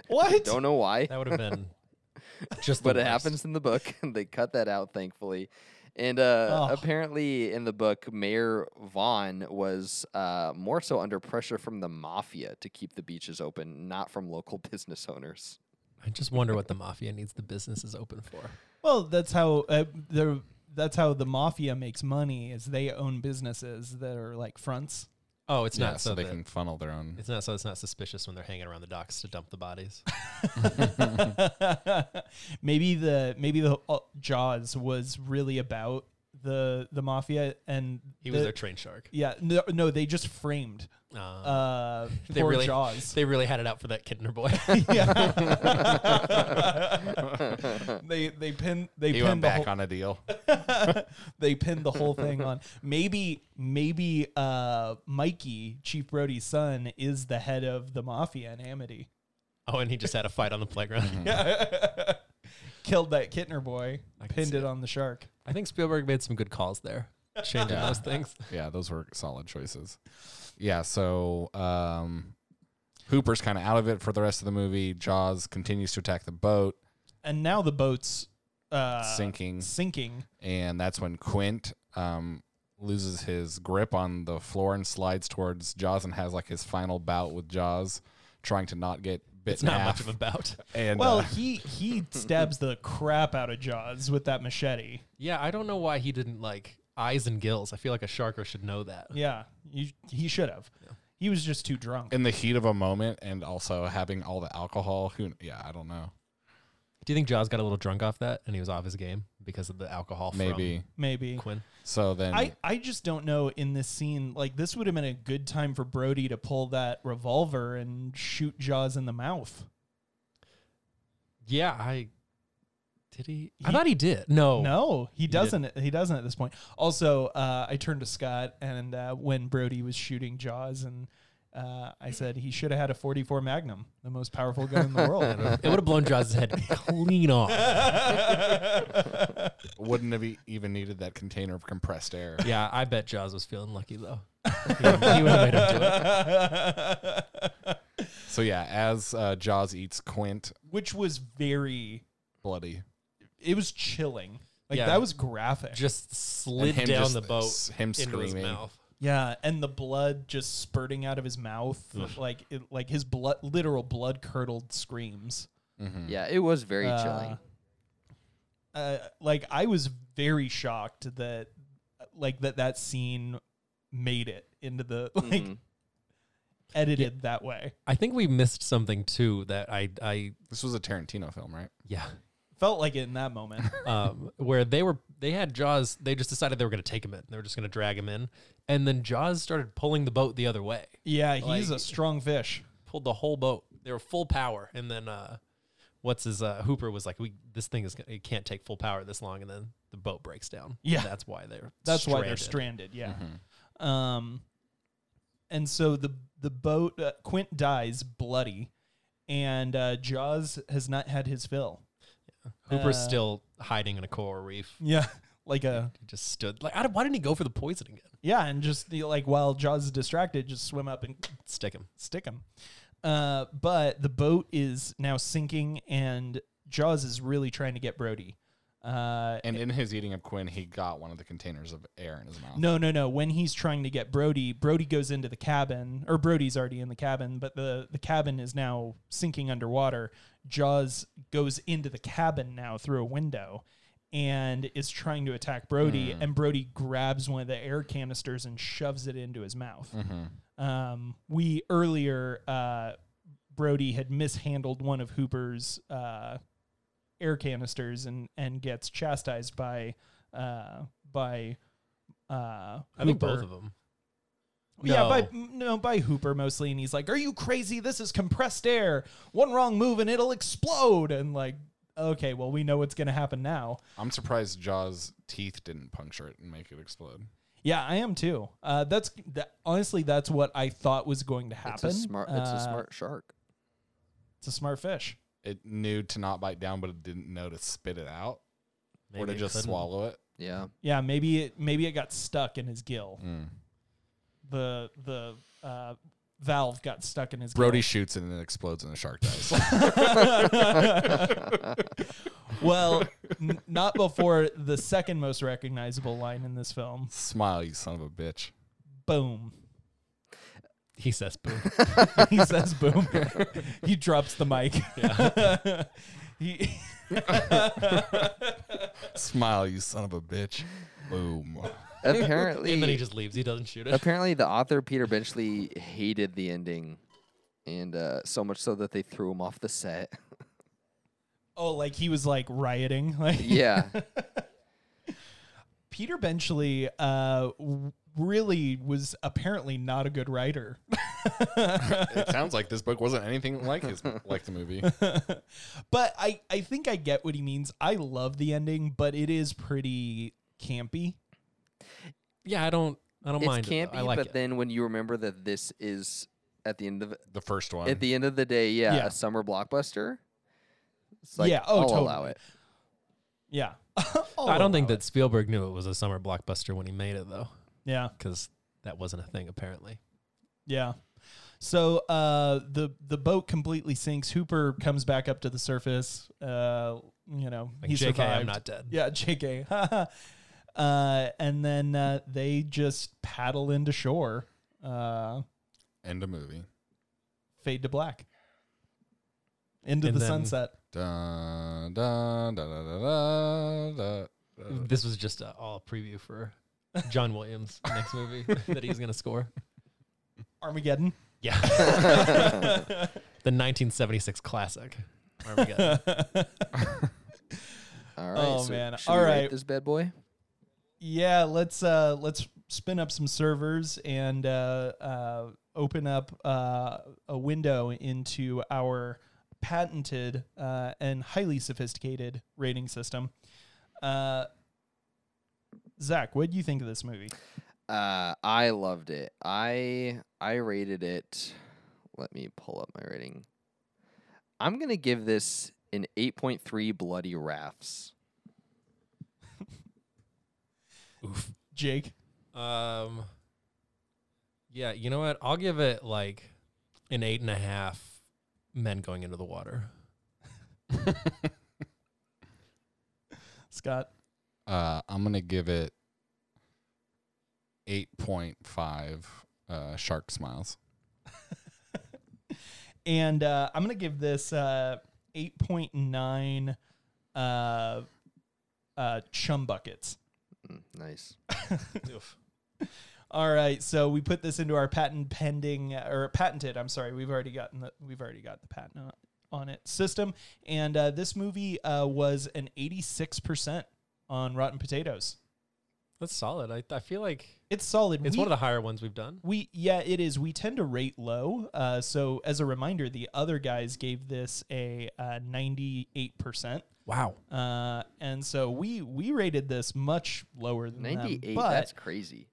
Speaker 4: What?
Speaker 2: Don't know why,
Speaker 3: That would have been just. the
Speaker 2: but it
Speaker 3: worst.
Speaker 2: happens in the book, and they cut that out thankfully. And uh,
Speaker 4: Oh.
Speaker 2: apparently, in the book, Mayor Vaughn was uh, more so under pressure from the mafia to keep the beaches open, not from local business owners.
Speaker 3: I just wonder what the mafia needs the businesses open for.
Speaker 4: Well, that's how uh, the that's how the mafia makes money is they own businesses that are like fronts.
Speaker 3: Oh, it's
Speaker 5: yeah,
Speaker 3: not
Speaker 5: so,
Speaker 3: so,
Speaker 5: they
Speaker 3: that-
Speaker 5: can funnel their own.
Speaker 3: It's not so it's not suspicious when they're hanging around the docks to dump the bodies.
Speaker 4: maybe the maybe the uh, Jaws was really about the the mafia and
Speaker 3: He was
Speaker 4: the-
Speaker 3: their train shark.
Speaker 4: yeah no, no they just framed
Speaker 3: Uh,
Speaker 4: uh
Speaker 3: they
Speaker 4: poor
Speaker 3: really
Speaker 4: Jaws
Speaker 3: they really had it out for that Kidner boy.
Speaker 4: yeah. they they pin they
Speaker 5: he
Speaker 4: pinned
Speaker 5: went
Speaker 4: the
Speaker 5: back
Speaker 4: whole-
Speaker 5: on a deal.
Speaker 4: they pinned the whole thing on. Maybe, maybe uh, Mikey, Chief Brody's son, is the head of the mafia in Amity.
Speaker 3: oh, and he just had a fight on the playground.
Speaker 5: Mm-hmm.
Speaker 4: Killed that Kittner boy,
Speaker 3: I can
Speaker 4: pinned
Speaker 3: see
Speaker 4: it
Speaker 3: it.
Speaker 4: on the shark.
Speaker 3: I think Spielberg made some good calls there, changing
Speaker 5: Yeah.
Speaker 3: those things.
Speaker 5: Yeah, those were solid choices. Yeah, so um, Hooper's kind of out of it for the rest of the movie. Jaws continues to attack the boat,
Speaker 4: And now the boat's uh,
Speaker 5: sinking,
Speaker 4: Sinking.
Speaker 5: and that's when Quint um, loses his grip on the floor and slides towards Jaws and has like his final bout with Jaws, trying to not get bit.
Speaker 3: It's not
Speaker 5: in
Speaker 3: much
Speaker 5: half.
Speaker 3: of a bout.
Speaker 5: And
Speaker 4: Well,
Speaker 5: uh,
Speaker 4: he he stabs the crap out of Jaws with that machete.
Speaker 3: Yeah, I don't know why he didn't like eyes and gills. I feel like a sharker should know that.
Speaker 4: Yeah, you, he should have. He was just too drunk.
Speaker 5: in the heat of a moment, and also having all the alcohol. Who? Yeah, I don't know.
Speaker 3: Do you think Jaws got a little drunk off that and he was off his game because of the alcohol? from
Speaker 5: Maybe.
Speaker 4: Maybe
Speaker 3: Quinn.
Speaker 5: So then
Speaker 4: I, I just don't know in this scene, like this would have been a good time for Brody to pull that revolver and shoot Jaws in the mouth.
Speaker 3: Yeah, I did he, I
Speaker 4: He-
Speaker 3: thought he did. No,
Speaker 4: No, he
Speaker 3: did.
Speaker 4: doesn't. He doesn't at this point. Also, uh, I turned to Scott and uh, when Brody was shooting Jaws and uh, I said he should have had a 44 Magnum, the most powerful gun in the world.
Speaker 3: it would have blown Jaws' head clean off.
Speaker 5: wouldn't have e- even needed that container of compressed air.
Speaker 3: Yeah, I bet Jaws was feeling lucky though. he would have made him do it.
Speaker 5: So yeah, as uh, Jaws eats Quint,
Speaker 4: which was very.
Speaker 5: bloody,
Speaker 4: It was chilling. Like
Speaker 3: Yeah.
Speaker 4: that was graphic.
Speaker 3: Just slid
Speaker 5: him
Speaker 3: down
Speaker 5: just-
Speaker 3: the boat.
Speaker 5: him
Speaker 3: into
Speaker 5: screaming.
Speaker 3: His mouth.
Speaker 4: yeah, and the blood just spurting out of his mouth, like it, like his blood, literal blood curdled screams.
Speaker 3: Mm-hmm.
Speaker 2: Yeah, it was very
Speaker 4: Uh,
Speaker 2: chilling.
Speaker 4: Uh, like I was very shocked that, like that that scene made it into the like
Speaker 2: Mhm.
Speaker 4: edited that way.
Speaker 3: I think we missed something too that I I
Speaker 5: This was a Tarantino film, right?
Speaker 3: yeah.
Speaker 4: Felt like it in that moment.
Speaker 3: Um, where they were they had Jaws, they just decided they were gonna take him in. They were just gonna drag him in. And then Jaws started pulling the boat the other way.
Speaker 4: yeah, he's a
Speaker 3: Like-
Speaker 4: strong fish.
Speaker 3: Pulled the whole boat. They were full power. And then uh what's his uh Hooper was like, We this thing is gonna it can't take full power this long and then the boat breaks down.
Speaker 4: Yeah.
Speaker 3: That's why they're
Speaker 4: That's why they're stranded. Yeah.
Speaker 5: Mhm.
Speaker 4: Um, and so the the boat uh, Quint dies bloody, and uh, Jaws has not had his fill.
Speaker 3: Hooper's
Speaker 4: Uh,
Speaker 3: still hiding in a coral reef.
Speaker 4: Yeah, like a
Speaker 3: He just stood like I don't, why didn't he go for the poison again?
Speaker 4: yeah, and just the, like while Jaws is distracted, just swim up and
Speaker 3: Stick him.
Speaker 4: stick him. Uh, but the boat is now sinking, and Jaws is really trying to get Brody. Uh,
Speaker 5: And in his eating of Quinn, he got one of the containers of air in his mouth.
Speaker 4: No, no, no. When he's trying to get Brody, Brody goes into the cabin, or Brody's already in the cabin, but the, the cabin is now sinking underwater. Jaws goes into the cabin now through a window and is trying to attack Brody, and Brody grabs one of the air canisters and shoves it into his mouth. Um, we earlier, uh, Brody had mishandled one of Hooper's uh, air canisters and, and gets chastised by. Uh, by uh, Hooper.
Speaker 3: I think both of them.
Speaker 4: Yeah, by
Speaker 3: No.
Speaker 4: m- no, by Hooper mostly, and he's like, "Are you crazy? This is compressed air. One wrong move and it'll explode." And like, okay, well, we know what's gonna happen now.
Speaker 5: I'm surprised Jaws' teeth didn't puncture it and make it explode.
Speaker 4: Yeah, I am too. Uh, that's that, honestly, that's what I thought was going to
Speaker 2: It's
Speaker 4: happen.
Speaker 2: a smart. It's
Speaker 4: Uh,
Speaker 2: a smart shark.
Speaker 4: It's a smart fish.
Speaker 5: It knew to not bite down, but it didn't know to spit it out or
Speaker 3: Maybe
Speaker 5: to
Speaker 3: it
Speaker 5: just
Speaker 3: couldn't.
Speaker 5: swallow it.
Speaker 2: Yeah.
Speaker 4: Yeah, maybe it maybe it got stuck in his gill.
Speaker 5: Mm.
Speaker 4: The the uh, valve got stuck in his
Speaker 5: Brody
Speaker 4: gill.
Speaker 5: shoots it and it explodes, and the shark dies.
Speaker 4: well, n- not before the second most recognizable line in this film.
Speaker 5: Smile, you son of a bitch.
Speaker 4: Boom.
Speaker 3: He says boom.
Speaker 4: he says boom. he drops the mic. he,
Speaker 5: Smile, you son of a bitch. Boom.
Speaker 2: Apparently,
Speaker 3: and then he just leaves. He doesn't shoot it.
Speaker 2: apparently the author Peter Benchley hated the ending, and uh, so much so that they threw him off the set.
Speaker 4: oh, like he was like rioting. Like
Speaker 2: yeah.
Speaker 4: Peter Benchley uh, w- really was apparently not a good writer.
Speaker 5: it sounds like this book wasn't anything like his like the movie.
Speaker 4: but I, I think I get what he means. I love the ending, but it is pretty campy.
Speaker 3: Yeah, I don't. I don't
Speaker 2: It's
Speaker 3: mind. it,
Speaker 2: campy,
Speaker 3: though. I like
Speaker 2: but
Speaker 3: it.
Speaker 2: then when you remember that this is at the end of
Speaker 5: The first one.
Speaker 2: at the end of the day, yeah,
Speaker 4: Yeah.
Speaker 2: a summer blockbuster. It's like,
Speaker 4: Yeah, oh,
Speaker 2: I'll allow
Speaker 4: totally.
Speaker 2: it.
Speaker 4: Yeah.
Speaker 3: I don't think that Spielberg knew it was a summer blockbuster when he made it though,
Speaker 4: Yeah.
Speaker 3: because that wasn't a thing apparently.
Speaker 4: Yeah. So uh, the the boat completely sinks. Hooper comes back up to the surface. Uh, you know,
Speaker 3: Like
Speaker 4: he
Speaker 3: Jk,
Speaker 4: survived.
Speaker 3: I'm not dead.
Speaker 4: Yeah, JK. uh, and then uh, they just paddle into shore. Uh,
Speaker 5: End of movie.
Speaker 4: fade to black. Into
Speaker 3: And
Speaker 4: the
Speaker 3: then-
Speaker 4: sunset.
Speaker 5: Dun, dun, dun, dun, dun, dun, dun.
Speaker 3: Uh, This was just a all preview for John Williams' next movie that he's gonna score.
Speaker 4: Armageddon.
Speaker 3: Yeah, the 1976 classic. Armageddon.
Speaker 2: All right.
Speaker 4: Oh,
Speaker 2: so
Speaker 4: man.
Speaker 2: should we
Speaker 4: All
Speaker 2: rate
Speaker 4: right.
Speaker 2: this bad boy.
Speaker 4: Yeah, let's uh let's spin up some servers and uh, uh, open up uh, a window into our patented uh, and highly sophisticated rating system. Uh, Zach, what do you think of this movie?
Speaker 2: Uh, I loved it. I I rated it. Let me pull up my rating. I'm gonna give this an 8.3 bloody rafts.
Speaker 3: Oof.
Speaker 4: Jake,
Speaker 3: Um. Yeah, you know what? I'll give it like an eight and a half men going into the water.
Speaker 4: Scott,
Speaker 5: Uh, I'm gonna give it eight point five uh, shark smiles.
Speaker 4: and uh, I'm gonna give this uh, 8.9 uh, uh, chum buckets.
Speaker 2: Mm, nice.
Speaker 4: All right, so we put this into our patent pending or patented. I'm sorry, we've already gotten the we've already got the patent on, on it system, and uh, this movie uh, was an 86 percent on Rotten Potatoes.
Speaker 3: That's solid. I, I feel like
Speaker 4: It's solid.
Speaker 3: it's
Speaker 4: we,
Speaker 3: one of the higher ones we've done.
Speaker 4: we yeah it is. We tend to rate low. Uh, so as a reminder, the other guys gave this a 98 percent.
Speaker 3: Wow.
Speaker 4: Uh, and so we we rated this much lower than them,
Speaker 2: 98.
Speaker 4: Mm, um, but
Speaker 2: that's crazy.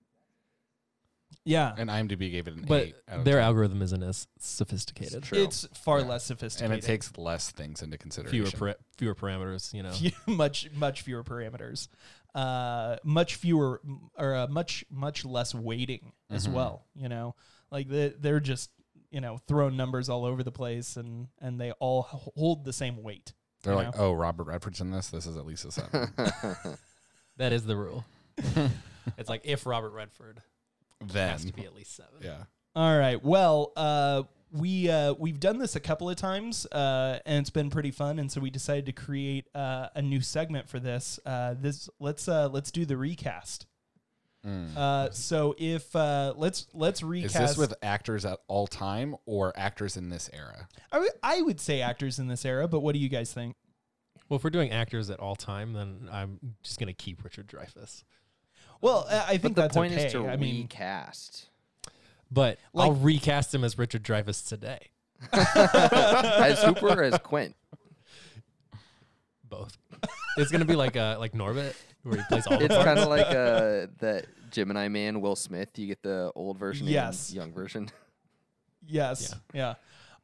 Speaker 4: yeah,
Speaker 5: And IMDb gave it an
Speaker 3: But
Speaker 5: eight. out of
Speaker 3: their
Speaker 5: 10.
Speaker 3: algorithm isn't as sophisticated.
Speaker 2: It's true.
Speaker 4: it's far less sophisticated.
Speaker 5: and it takes less things into consideration.
Speaker 3: Fewer para- fewer parameters, you know.
Speaker 4: few, much much fewer parameters, uh, much fewer m- or uh, much much less weighting as well. You know, like they, they're just you know throwing numbers all over the place, and and they all h- hold the same weight.
Speaker 5: They're
Speaker 4: you
Speaker 5: like, oh, Robert Redford's in this. This is at least a seven.
Speaker 3: That is the rule. it's like if Robert Redford
Speaker 5: then,
Speaker 3: has to be at least seven.
Speaker 5: yeah,
Speaker 4: All right, well. Uh, we uh, we've done this a couple of times uh, and it's been pretty fun and so we decided to create uh, a new segment for this uh, this let's uh, let's do the recast uh, so if uh, let's let's
Speaker 5: is
Speaker 4: recast
Speaker 5: this with actors at all time or actors in this era?
Speaker 4: I would- I would say actors in this era, but what do you guys think?
Speaker 3: Well, if we're doing actors at all time, then I'm just gonna keep Richard Dreyfuss.
Speaker 4: Well, uh, I I
Speaker 2: But
Speaker 4: think
Speaker 2: the
Speaker 4: that's
Speaker 2: point
Speaker 4: okay.
Speaker 2: is to
Speaker 4: I mean,
Speaker 2: recast.
Speaker 3: But I'll
Speaker 4: Like-
Speaker 3: recast him as Richard Dreyfuss today.
Speaker 2: as Hooper or as Quint?
Speaker 3: Both. it's gonna be like uh like Norbit, where he plays all the
Speaker 2: It's
Speaker 3: parts.
Speaker 2: kind of like uh, that Gemini Man, Will Smith. You get the old version
Speaker 4: Yes.
Speaker 2: and young version.
Speaker 4: yes, yeah.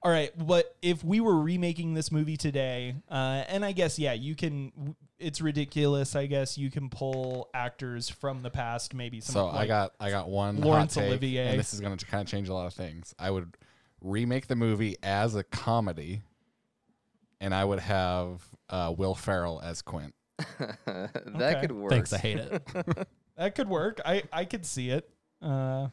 Speaker 4: All right, but if we were remaking this movie today, uh, and I guess yeah, you can. It's ridiculous. I guess you can pull actors from the past, maybe some.
Speaker 5: So I
Speaker 4: like-
Speaker 5: got I got one hot
Speaker 4: Laurence
Speaker 5: take,
Speaker 4: Olivier.
Speaker 5: and this is going to kind of change a lot of things. I would remake the movie as a comedy, and I would have uh, Will Ferrell as Quint.
Speaker 2: that
Speaker 4: Okay.
Speaker 2: could work.
Speaker 3: Thanks, I hate it.
Speaker 4: that could work. I I could see it. Uh,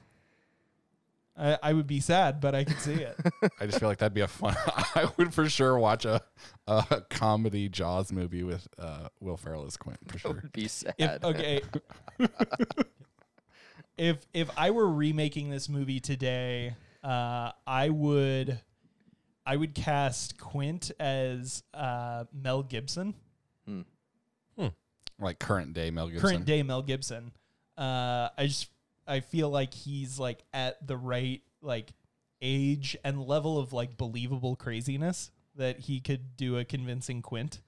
Speaker 4: I I would be sad, but I could see it.
Speaker 5: I just feel like that'd be a fun. I would for sure watch a, a comedy Jaws movie with uh, Will Ferrell as Quint for sure.
Speaker 2: Be sad.
Speaker 4: If, okay. if if I were remaking this movie today, uh, I would I would cast Quint as uh, Mel Gibson,
Speaker 5: Like current day Mel Gibson.
Speaker 4: current day Mel Gibson. Uh, I just I feel like he's like at the right like age and level of like believable craziness that he could do a convincing Quint.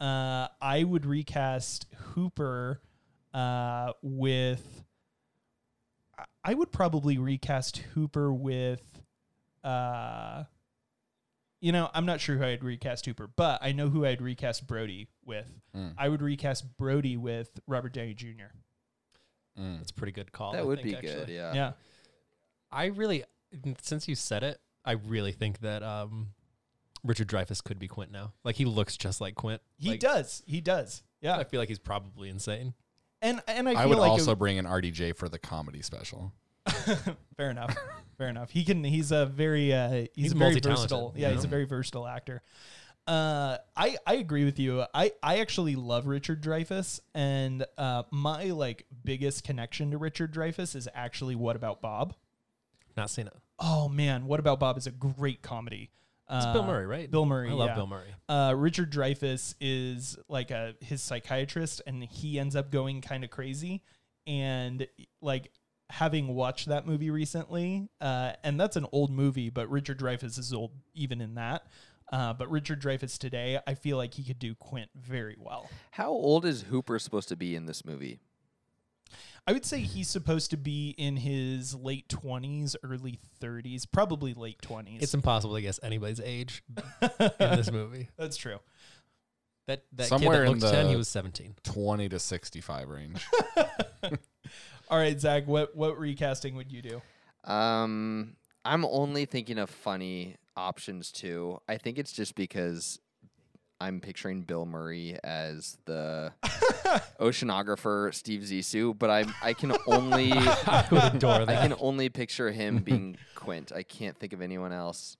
Speaker 4: Uh, I would recast Hooper uh, with. I- I would probably recast Hooper with. Uh, you know, I'm not sure who I'd recast Hooper, but I know who I'd recast Brody with. I would recast Brody with Robert Downey Jr.
Speaker 5: Mm.
Speaker 3: That's a pretty good call. I
Speaker 2: that would
Speaker 3: think,
Speaker 2: be
Speaker 3: actually.
Speaker 2: good. Yeah.
Speaker 4: yeah.
Speaker 3: I really, since you said it, I really think that um, Richard Dreyfuss could be Quint now. Like he looks just like Quint.
Speaker 4: He
Speaker 3: Like,
Speaker 4: does. He does. Yeah.
Speaker 3: I feel like he's probably insane.
Speaker 4: And and I feel
Speaker 5: I would
Speaker 4: like it
Speaker 5: also bring an RDJ for the comedy special.
Speaker 4: fair enough. Fair enough. He can. He's a very. Uh, he's,
Speaker 3: He's
Speaker 4: very
Speaker 3: multi-talented,
Speaker 4: versatile.
Speaker 3: you
Speaker 4: Yeah, he's a
Speaker 3: know?
Speaker 4: very versatile actor. Uh, I I agree with you. I I actually love Richard Dreyfuss, and uh, my like biggest connection to Richard Dreyfuss is actually What About Bob?
Speaker 3: Not seen it.
Speaker 4: Oh man, What About Bob is a great comedy.
Speaker 3: It's
Speaker 4: Uh,
Speaker 3: Bill Murray, right?
Speaker 4: Bill Murray.
Speaker 3: I love
Speaker 4: yeah.
Speaker 3: Bill Murray.
Speaker 4: uh, Richard Dreyfuss is like a his psychiatrist, and he ends up going kind of crazy. And like having watched that movie recently, uh, and that's an old movie, but Richard Dreyfuss is old even in that. Uh, but Richard Dreyfuss today, I feel like he could do Quint very well.
Speaker 2: How old is Hooper supposed to be in this movie?
Speaker 4: I would say he's supposed to be in his late twenties, early thirties, probably late twenties.
Speaker 3: It's impossible to guess anybody's age in this movie.
Speaker 4: that's true.
Speaker 3: That that
Speaker 5: Somewhere
Speaker 3: kid that
Speaker 5: in
Speaker 3: looked ten, he
Speaker 5: the-
Speaker 3: was seventeen.
Speaker 5: 20 to 65 range.
Speaker 4: All right, Zach, what what recasting would you do?
Speaker 2: Um, I'm only thinking of funny options too. I think it's just because I'm picturing Bill Murray as the oceanographer, Steve Zissou, but I I can only
Speaker 3: I would adore
Speaker 2: I
Speaker 3: that.
Speaker 2: can only picture him being Quint. I can't think of anyone else.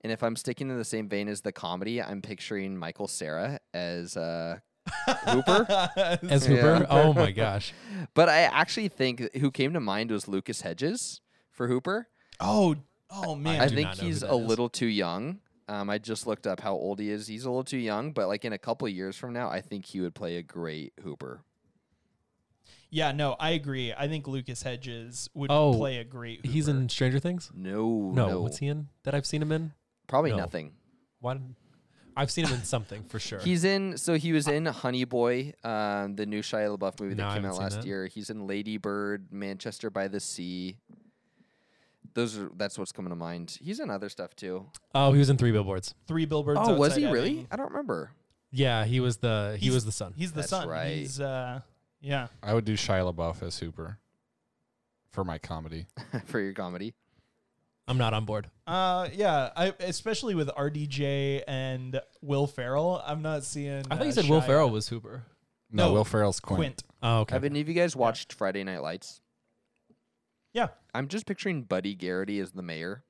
Speaker 2: And if I'm sticking in the same vein as the comedy, I'm picturing Michael Sarah as uh, Hooper.
Speaker 3: As
Speaker 2: Yeah.
Speaker 3: Hooper? Oh my gosh.
Speaker 2: But I actually think who came to mind was Lucas Hedges for Hooper.
Speaker 4: oh, oh man.
Speaker 2: I
Speaker 3: do
Speaker 2: think
Speaker 3: not know who
Speaker 2: he's
Speaker 3: that
Speaker 2: a
Speaker 3: is.
Speaker 2: little too young. Um, I just looked up how old he is. He's a little too young, but like in a couple years from now, I think he would play a great Hooper.
Speaker 4: yeah, no, I agree. I think Lucas Hedges would
Speaker 3: Oh,
Speaker 4: play a great.
Speaker 3: He's
Speaker 4: Hooper.
Speaker 3: in Stranger Things?
Speaker 2: No,
Speaker 3: No,
Speaker 2: no,
Speaker 3: what's he in that I've seen him in?
Speaker 2: probably
Speaker 3: No.
Speaker 2: nothing.
Speaker 3: Why? did- I've seen him in something for sure.
Speaker 2: He's in. So he was in Honey Boy, um, the new Shia LaBeouf movie
Speaker 3: No,
Speaker 2: that
Speaker 3: I
Speaker 2: came
Speaker 3: haven't
Speaker 2: out
Speaker 3: seen
Speaker 2: last
Speaker 3: that.
Speaker 2: year. He's in Lady Bird, Manchester by the Sea. Those are that's what's coming to mind. He's in other stuff too.
Speaker 3: oh, he was in Three Billboards.
Speaker 4: three billboards.
Speaker 2: Oh, was
Speaker 4: Outside
Speaker 2: he
Speaker 4: Ebbing.
Speaker 2: really? I don't remember.
Speaker 3: Yeah, he was the he
Speaker 4: He's-
Speaker 3: was the son.
Speaker 4: He's the
Speaker 2: That's
Speaker 4: son.
Speaker 2: right.
Speaker 4: He's uh, yeah.
Speaker 5: I would do Shia LaBeouf as Hooper for my comedy.
Speaker 2: for your comedy.
Speaker 3: I'm not on board.
Speaker 4: Uh, yeah, I especially with RDJ and Will Ferrell, I'm not seeing.
Speaker 3: I thought
Speaker 4: uh,
Speaker 3: you said Will
Speaker 4: Shia-
Speaker 3: Ferrell was Hooper.
Speaker 5: No,
Speaker 4: No,
Speaker 5: Will Ferrell's Quint.
Speaker 4: Quint.
Speaker 3: Oh, okay.
Speaker 2: Have any of you guys watched Friday Night Lights?
Speaker 4: Yeah.
Speaker 2: I'm just picturing Buddy Garrity as the mayor.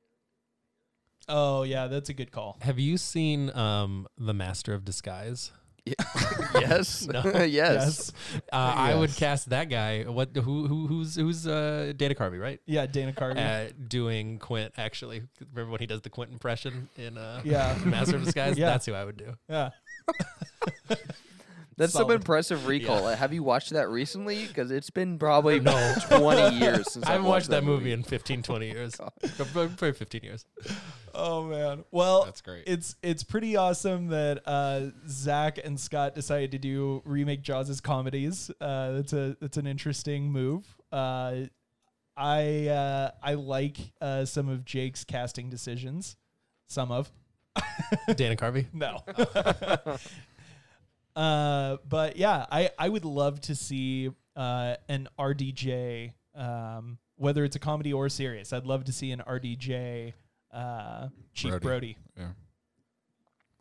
Speaker 4: Oh yeah, that's a good call.
Speaker 3: Have you seen um The Master of Disguise?
Speaker 2: yes. yes.
Speaker 3: Uh, I would
Speaker 5: Yes.
Speaker 3: cast that guy. What who who who's who's uh Dana Carvey, right?
Speaker 4: Yeah, Dana Carvey.
Speaker 3: Uh, doing Quint actually. Remember when he does the Quint impression in uh
Speaker 4: Yeah.
Speaker 3: Master of Disguise?
Speaker 4: Yeah.
Speaker 3: That's who I would do.
Speaker 4: yeah.
Speaker 2: That's some
Speaker 4: Solid.
Speaker 2: impressive recall. Uh, Have you watched that recently? Because it's been probably 20 years since
Speaker 3: I
Speaker 2: I've
Speaker 3: haven't watched that movie, in 15, 20 years. Probably 15 years.
Speaker 4: Oh man. Well,
Speaker 5: That's great.
Speaker 4: It's it's pretty awesome that uh, Zach and Scott decided to do remake Jaws' comedies. Uh, that's a that's an interesting move. Uh, I uh, I like uh, some of Jake's casting decisions. Some of
Speaker 3: Dana Carvey.
Speaker 4: no. uh, but yeah, I, I would love to see uh, an RDJ, um, whether it's a comedy or serious. I'd love to see an RDJ uh, Chief
Speaker 5: Brody.
Speaker 4: Brody.
Speaker 5: Yeah.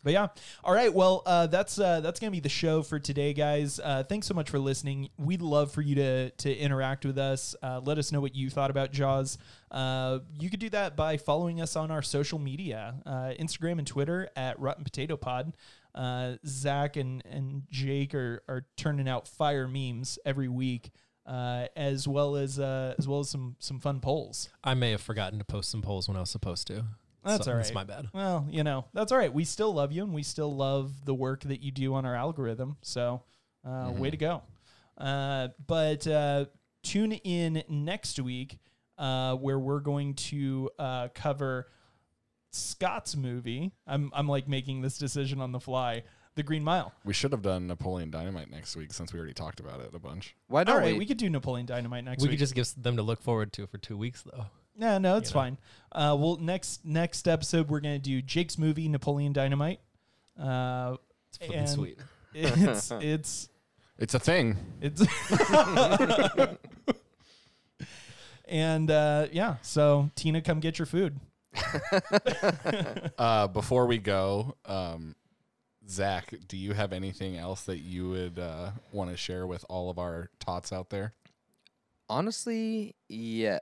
Speaker 4: But yeah, all right. Well, uh, that's uh, that's gonna be the show for today, guys. Uh, thanks so much for listening. We'd love for you to to interact with us. Uh, let us know what you thought about Jaws. Uh, you could do that by following us on our social media, uh, Instagram and Twitter at Rotten Potato Pod. Uh, Zach and and Jake are are turning out fire memes every week, uh, as well as uh, as well as some some fun polls.
Speaker 3: I may have forgotten to post some polls when I was supposed to.
Speaker 4: That's
Speaker 3: So
Speaker 4: all right.
Speaker 3: That's my bad.
Speaker 4: Well, you know, that's all right. We still love you and we still love the work that you do on our algorithm. So, uh,
Speaker 3: Mm-hmm.
Speaker 4: way to go. Uh, but uh, tune in next week uh, where we're going to uh, cover Scott's movie. I'm, I'm like making this decision on the fly The Green Mile.
Speaker 5: We should have done Napoleon Dynamite next week since we already talked about it a bunch.
Speaker 2: Why
Speaker 4: All
Speaker 2: don't
Speaker 4: right,
Speaker 2: we?
Speaker 4: we could do Napoleon Dynamite next
Speaker 3: we
Speaker 4: week.
Speaker 3: could just give s- them to look forward to for two weeks, though.
Speaker 4: No, no, it's
Speaker 3: You know.
Speaker 4: fine. Uh, well, next next episode we're gonna do Jake's movie Napoleon Dynamite. Uh,
Speaker 3: It's fucking
Speaker 4: and
Speaker 3: sweet.
Speaker 4: It's it's
Speaker 5: It's a thing.
Speaker 4: it's. and uh, yeah, so Tina, come get your food.
Speaker 5: Uh, before we go, um, Zach, do you have anything else that you would uh, want to share with all of our tots out there?
Speaker 2: Honestly, yeah.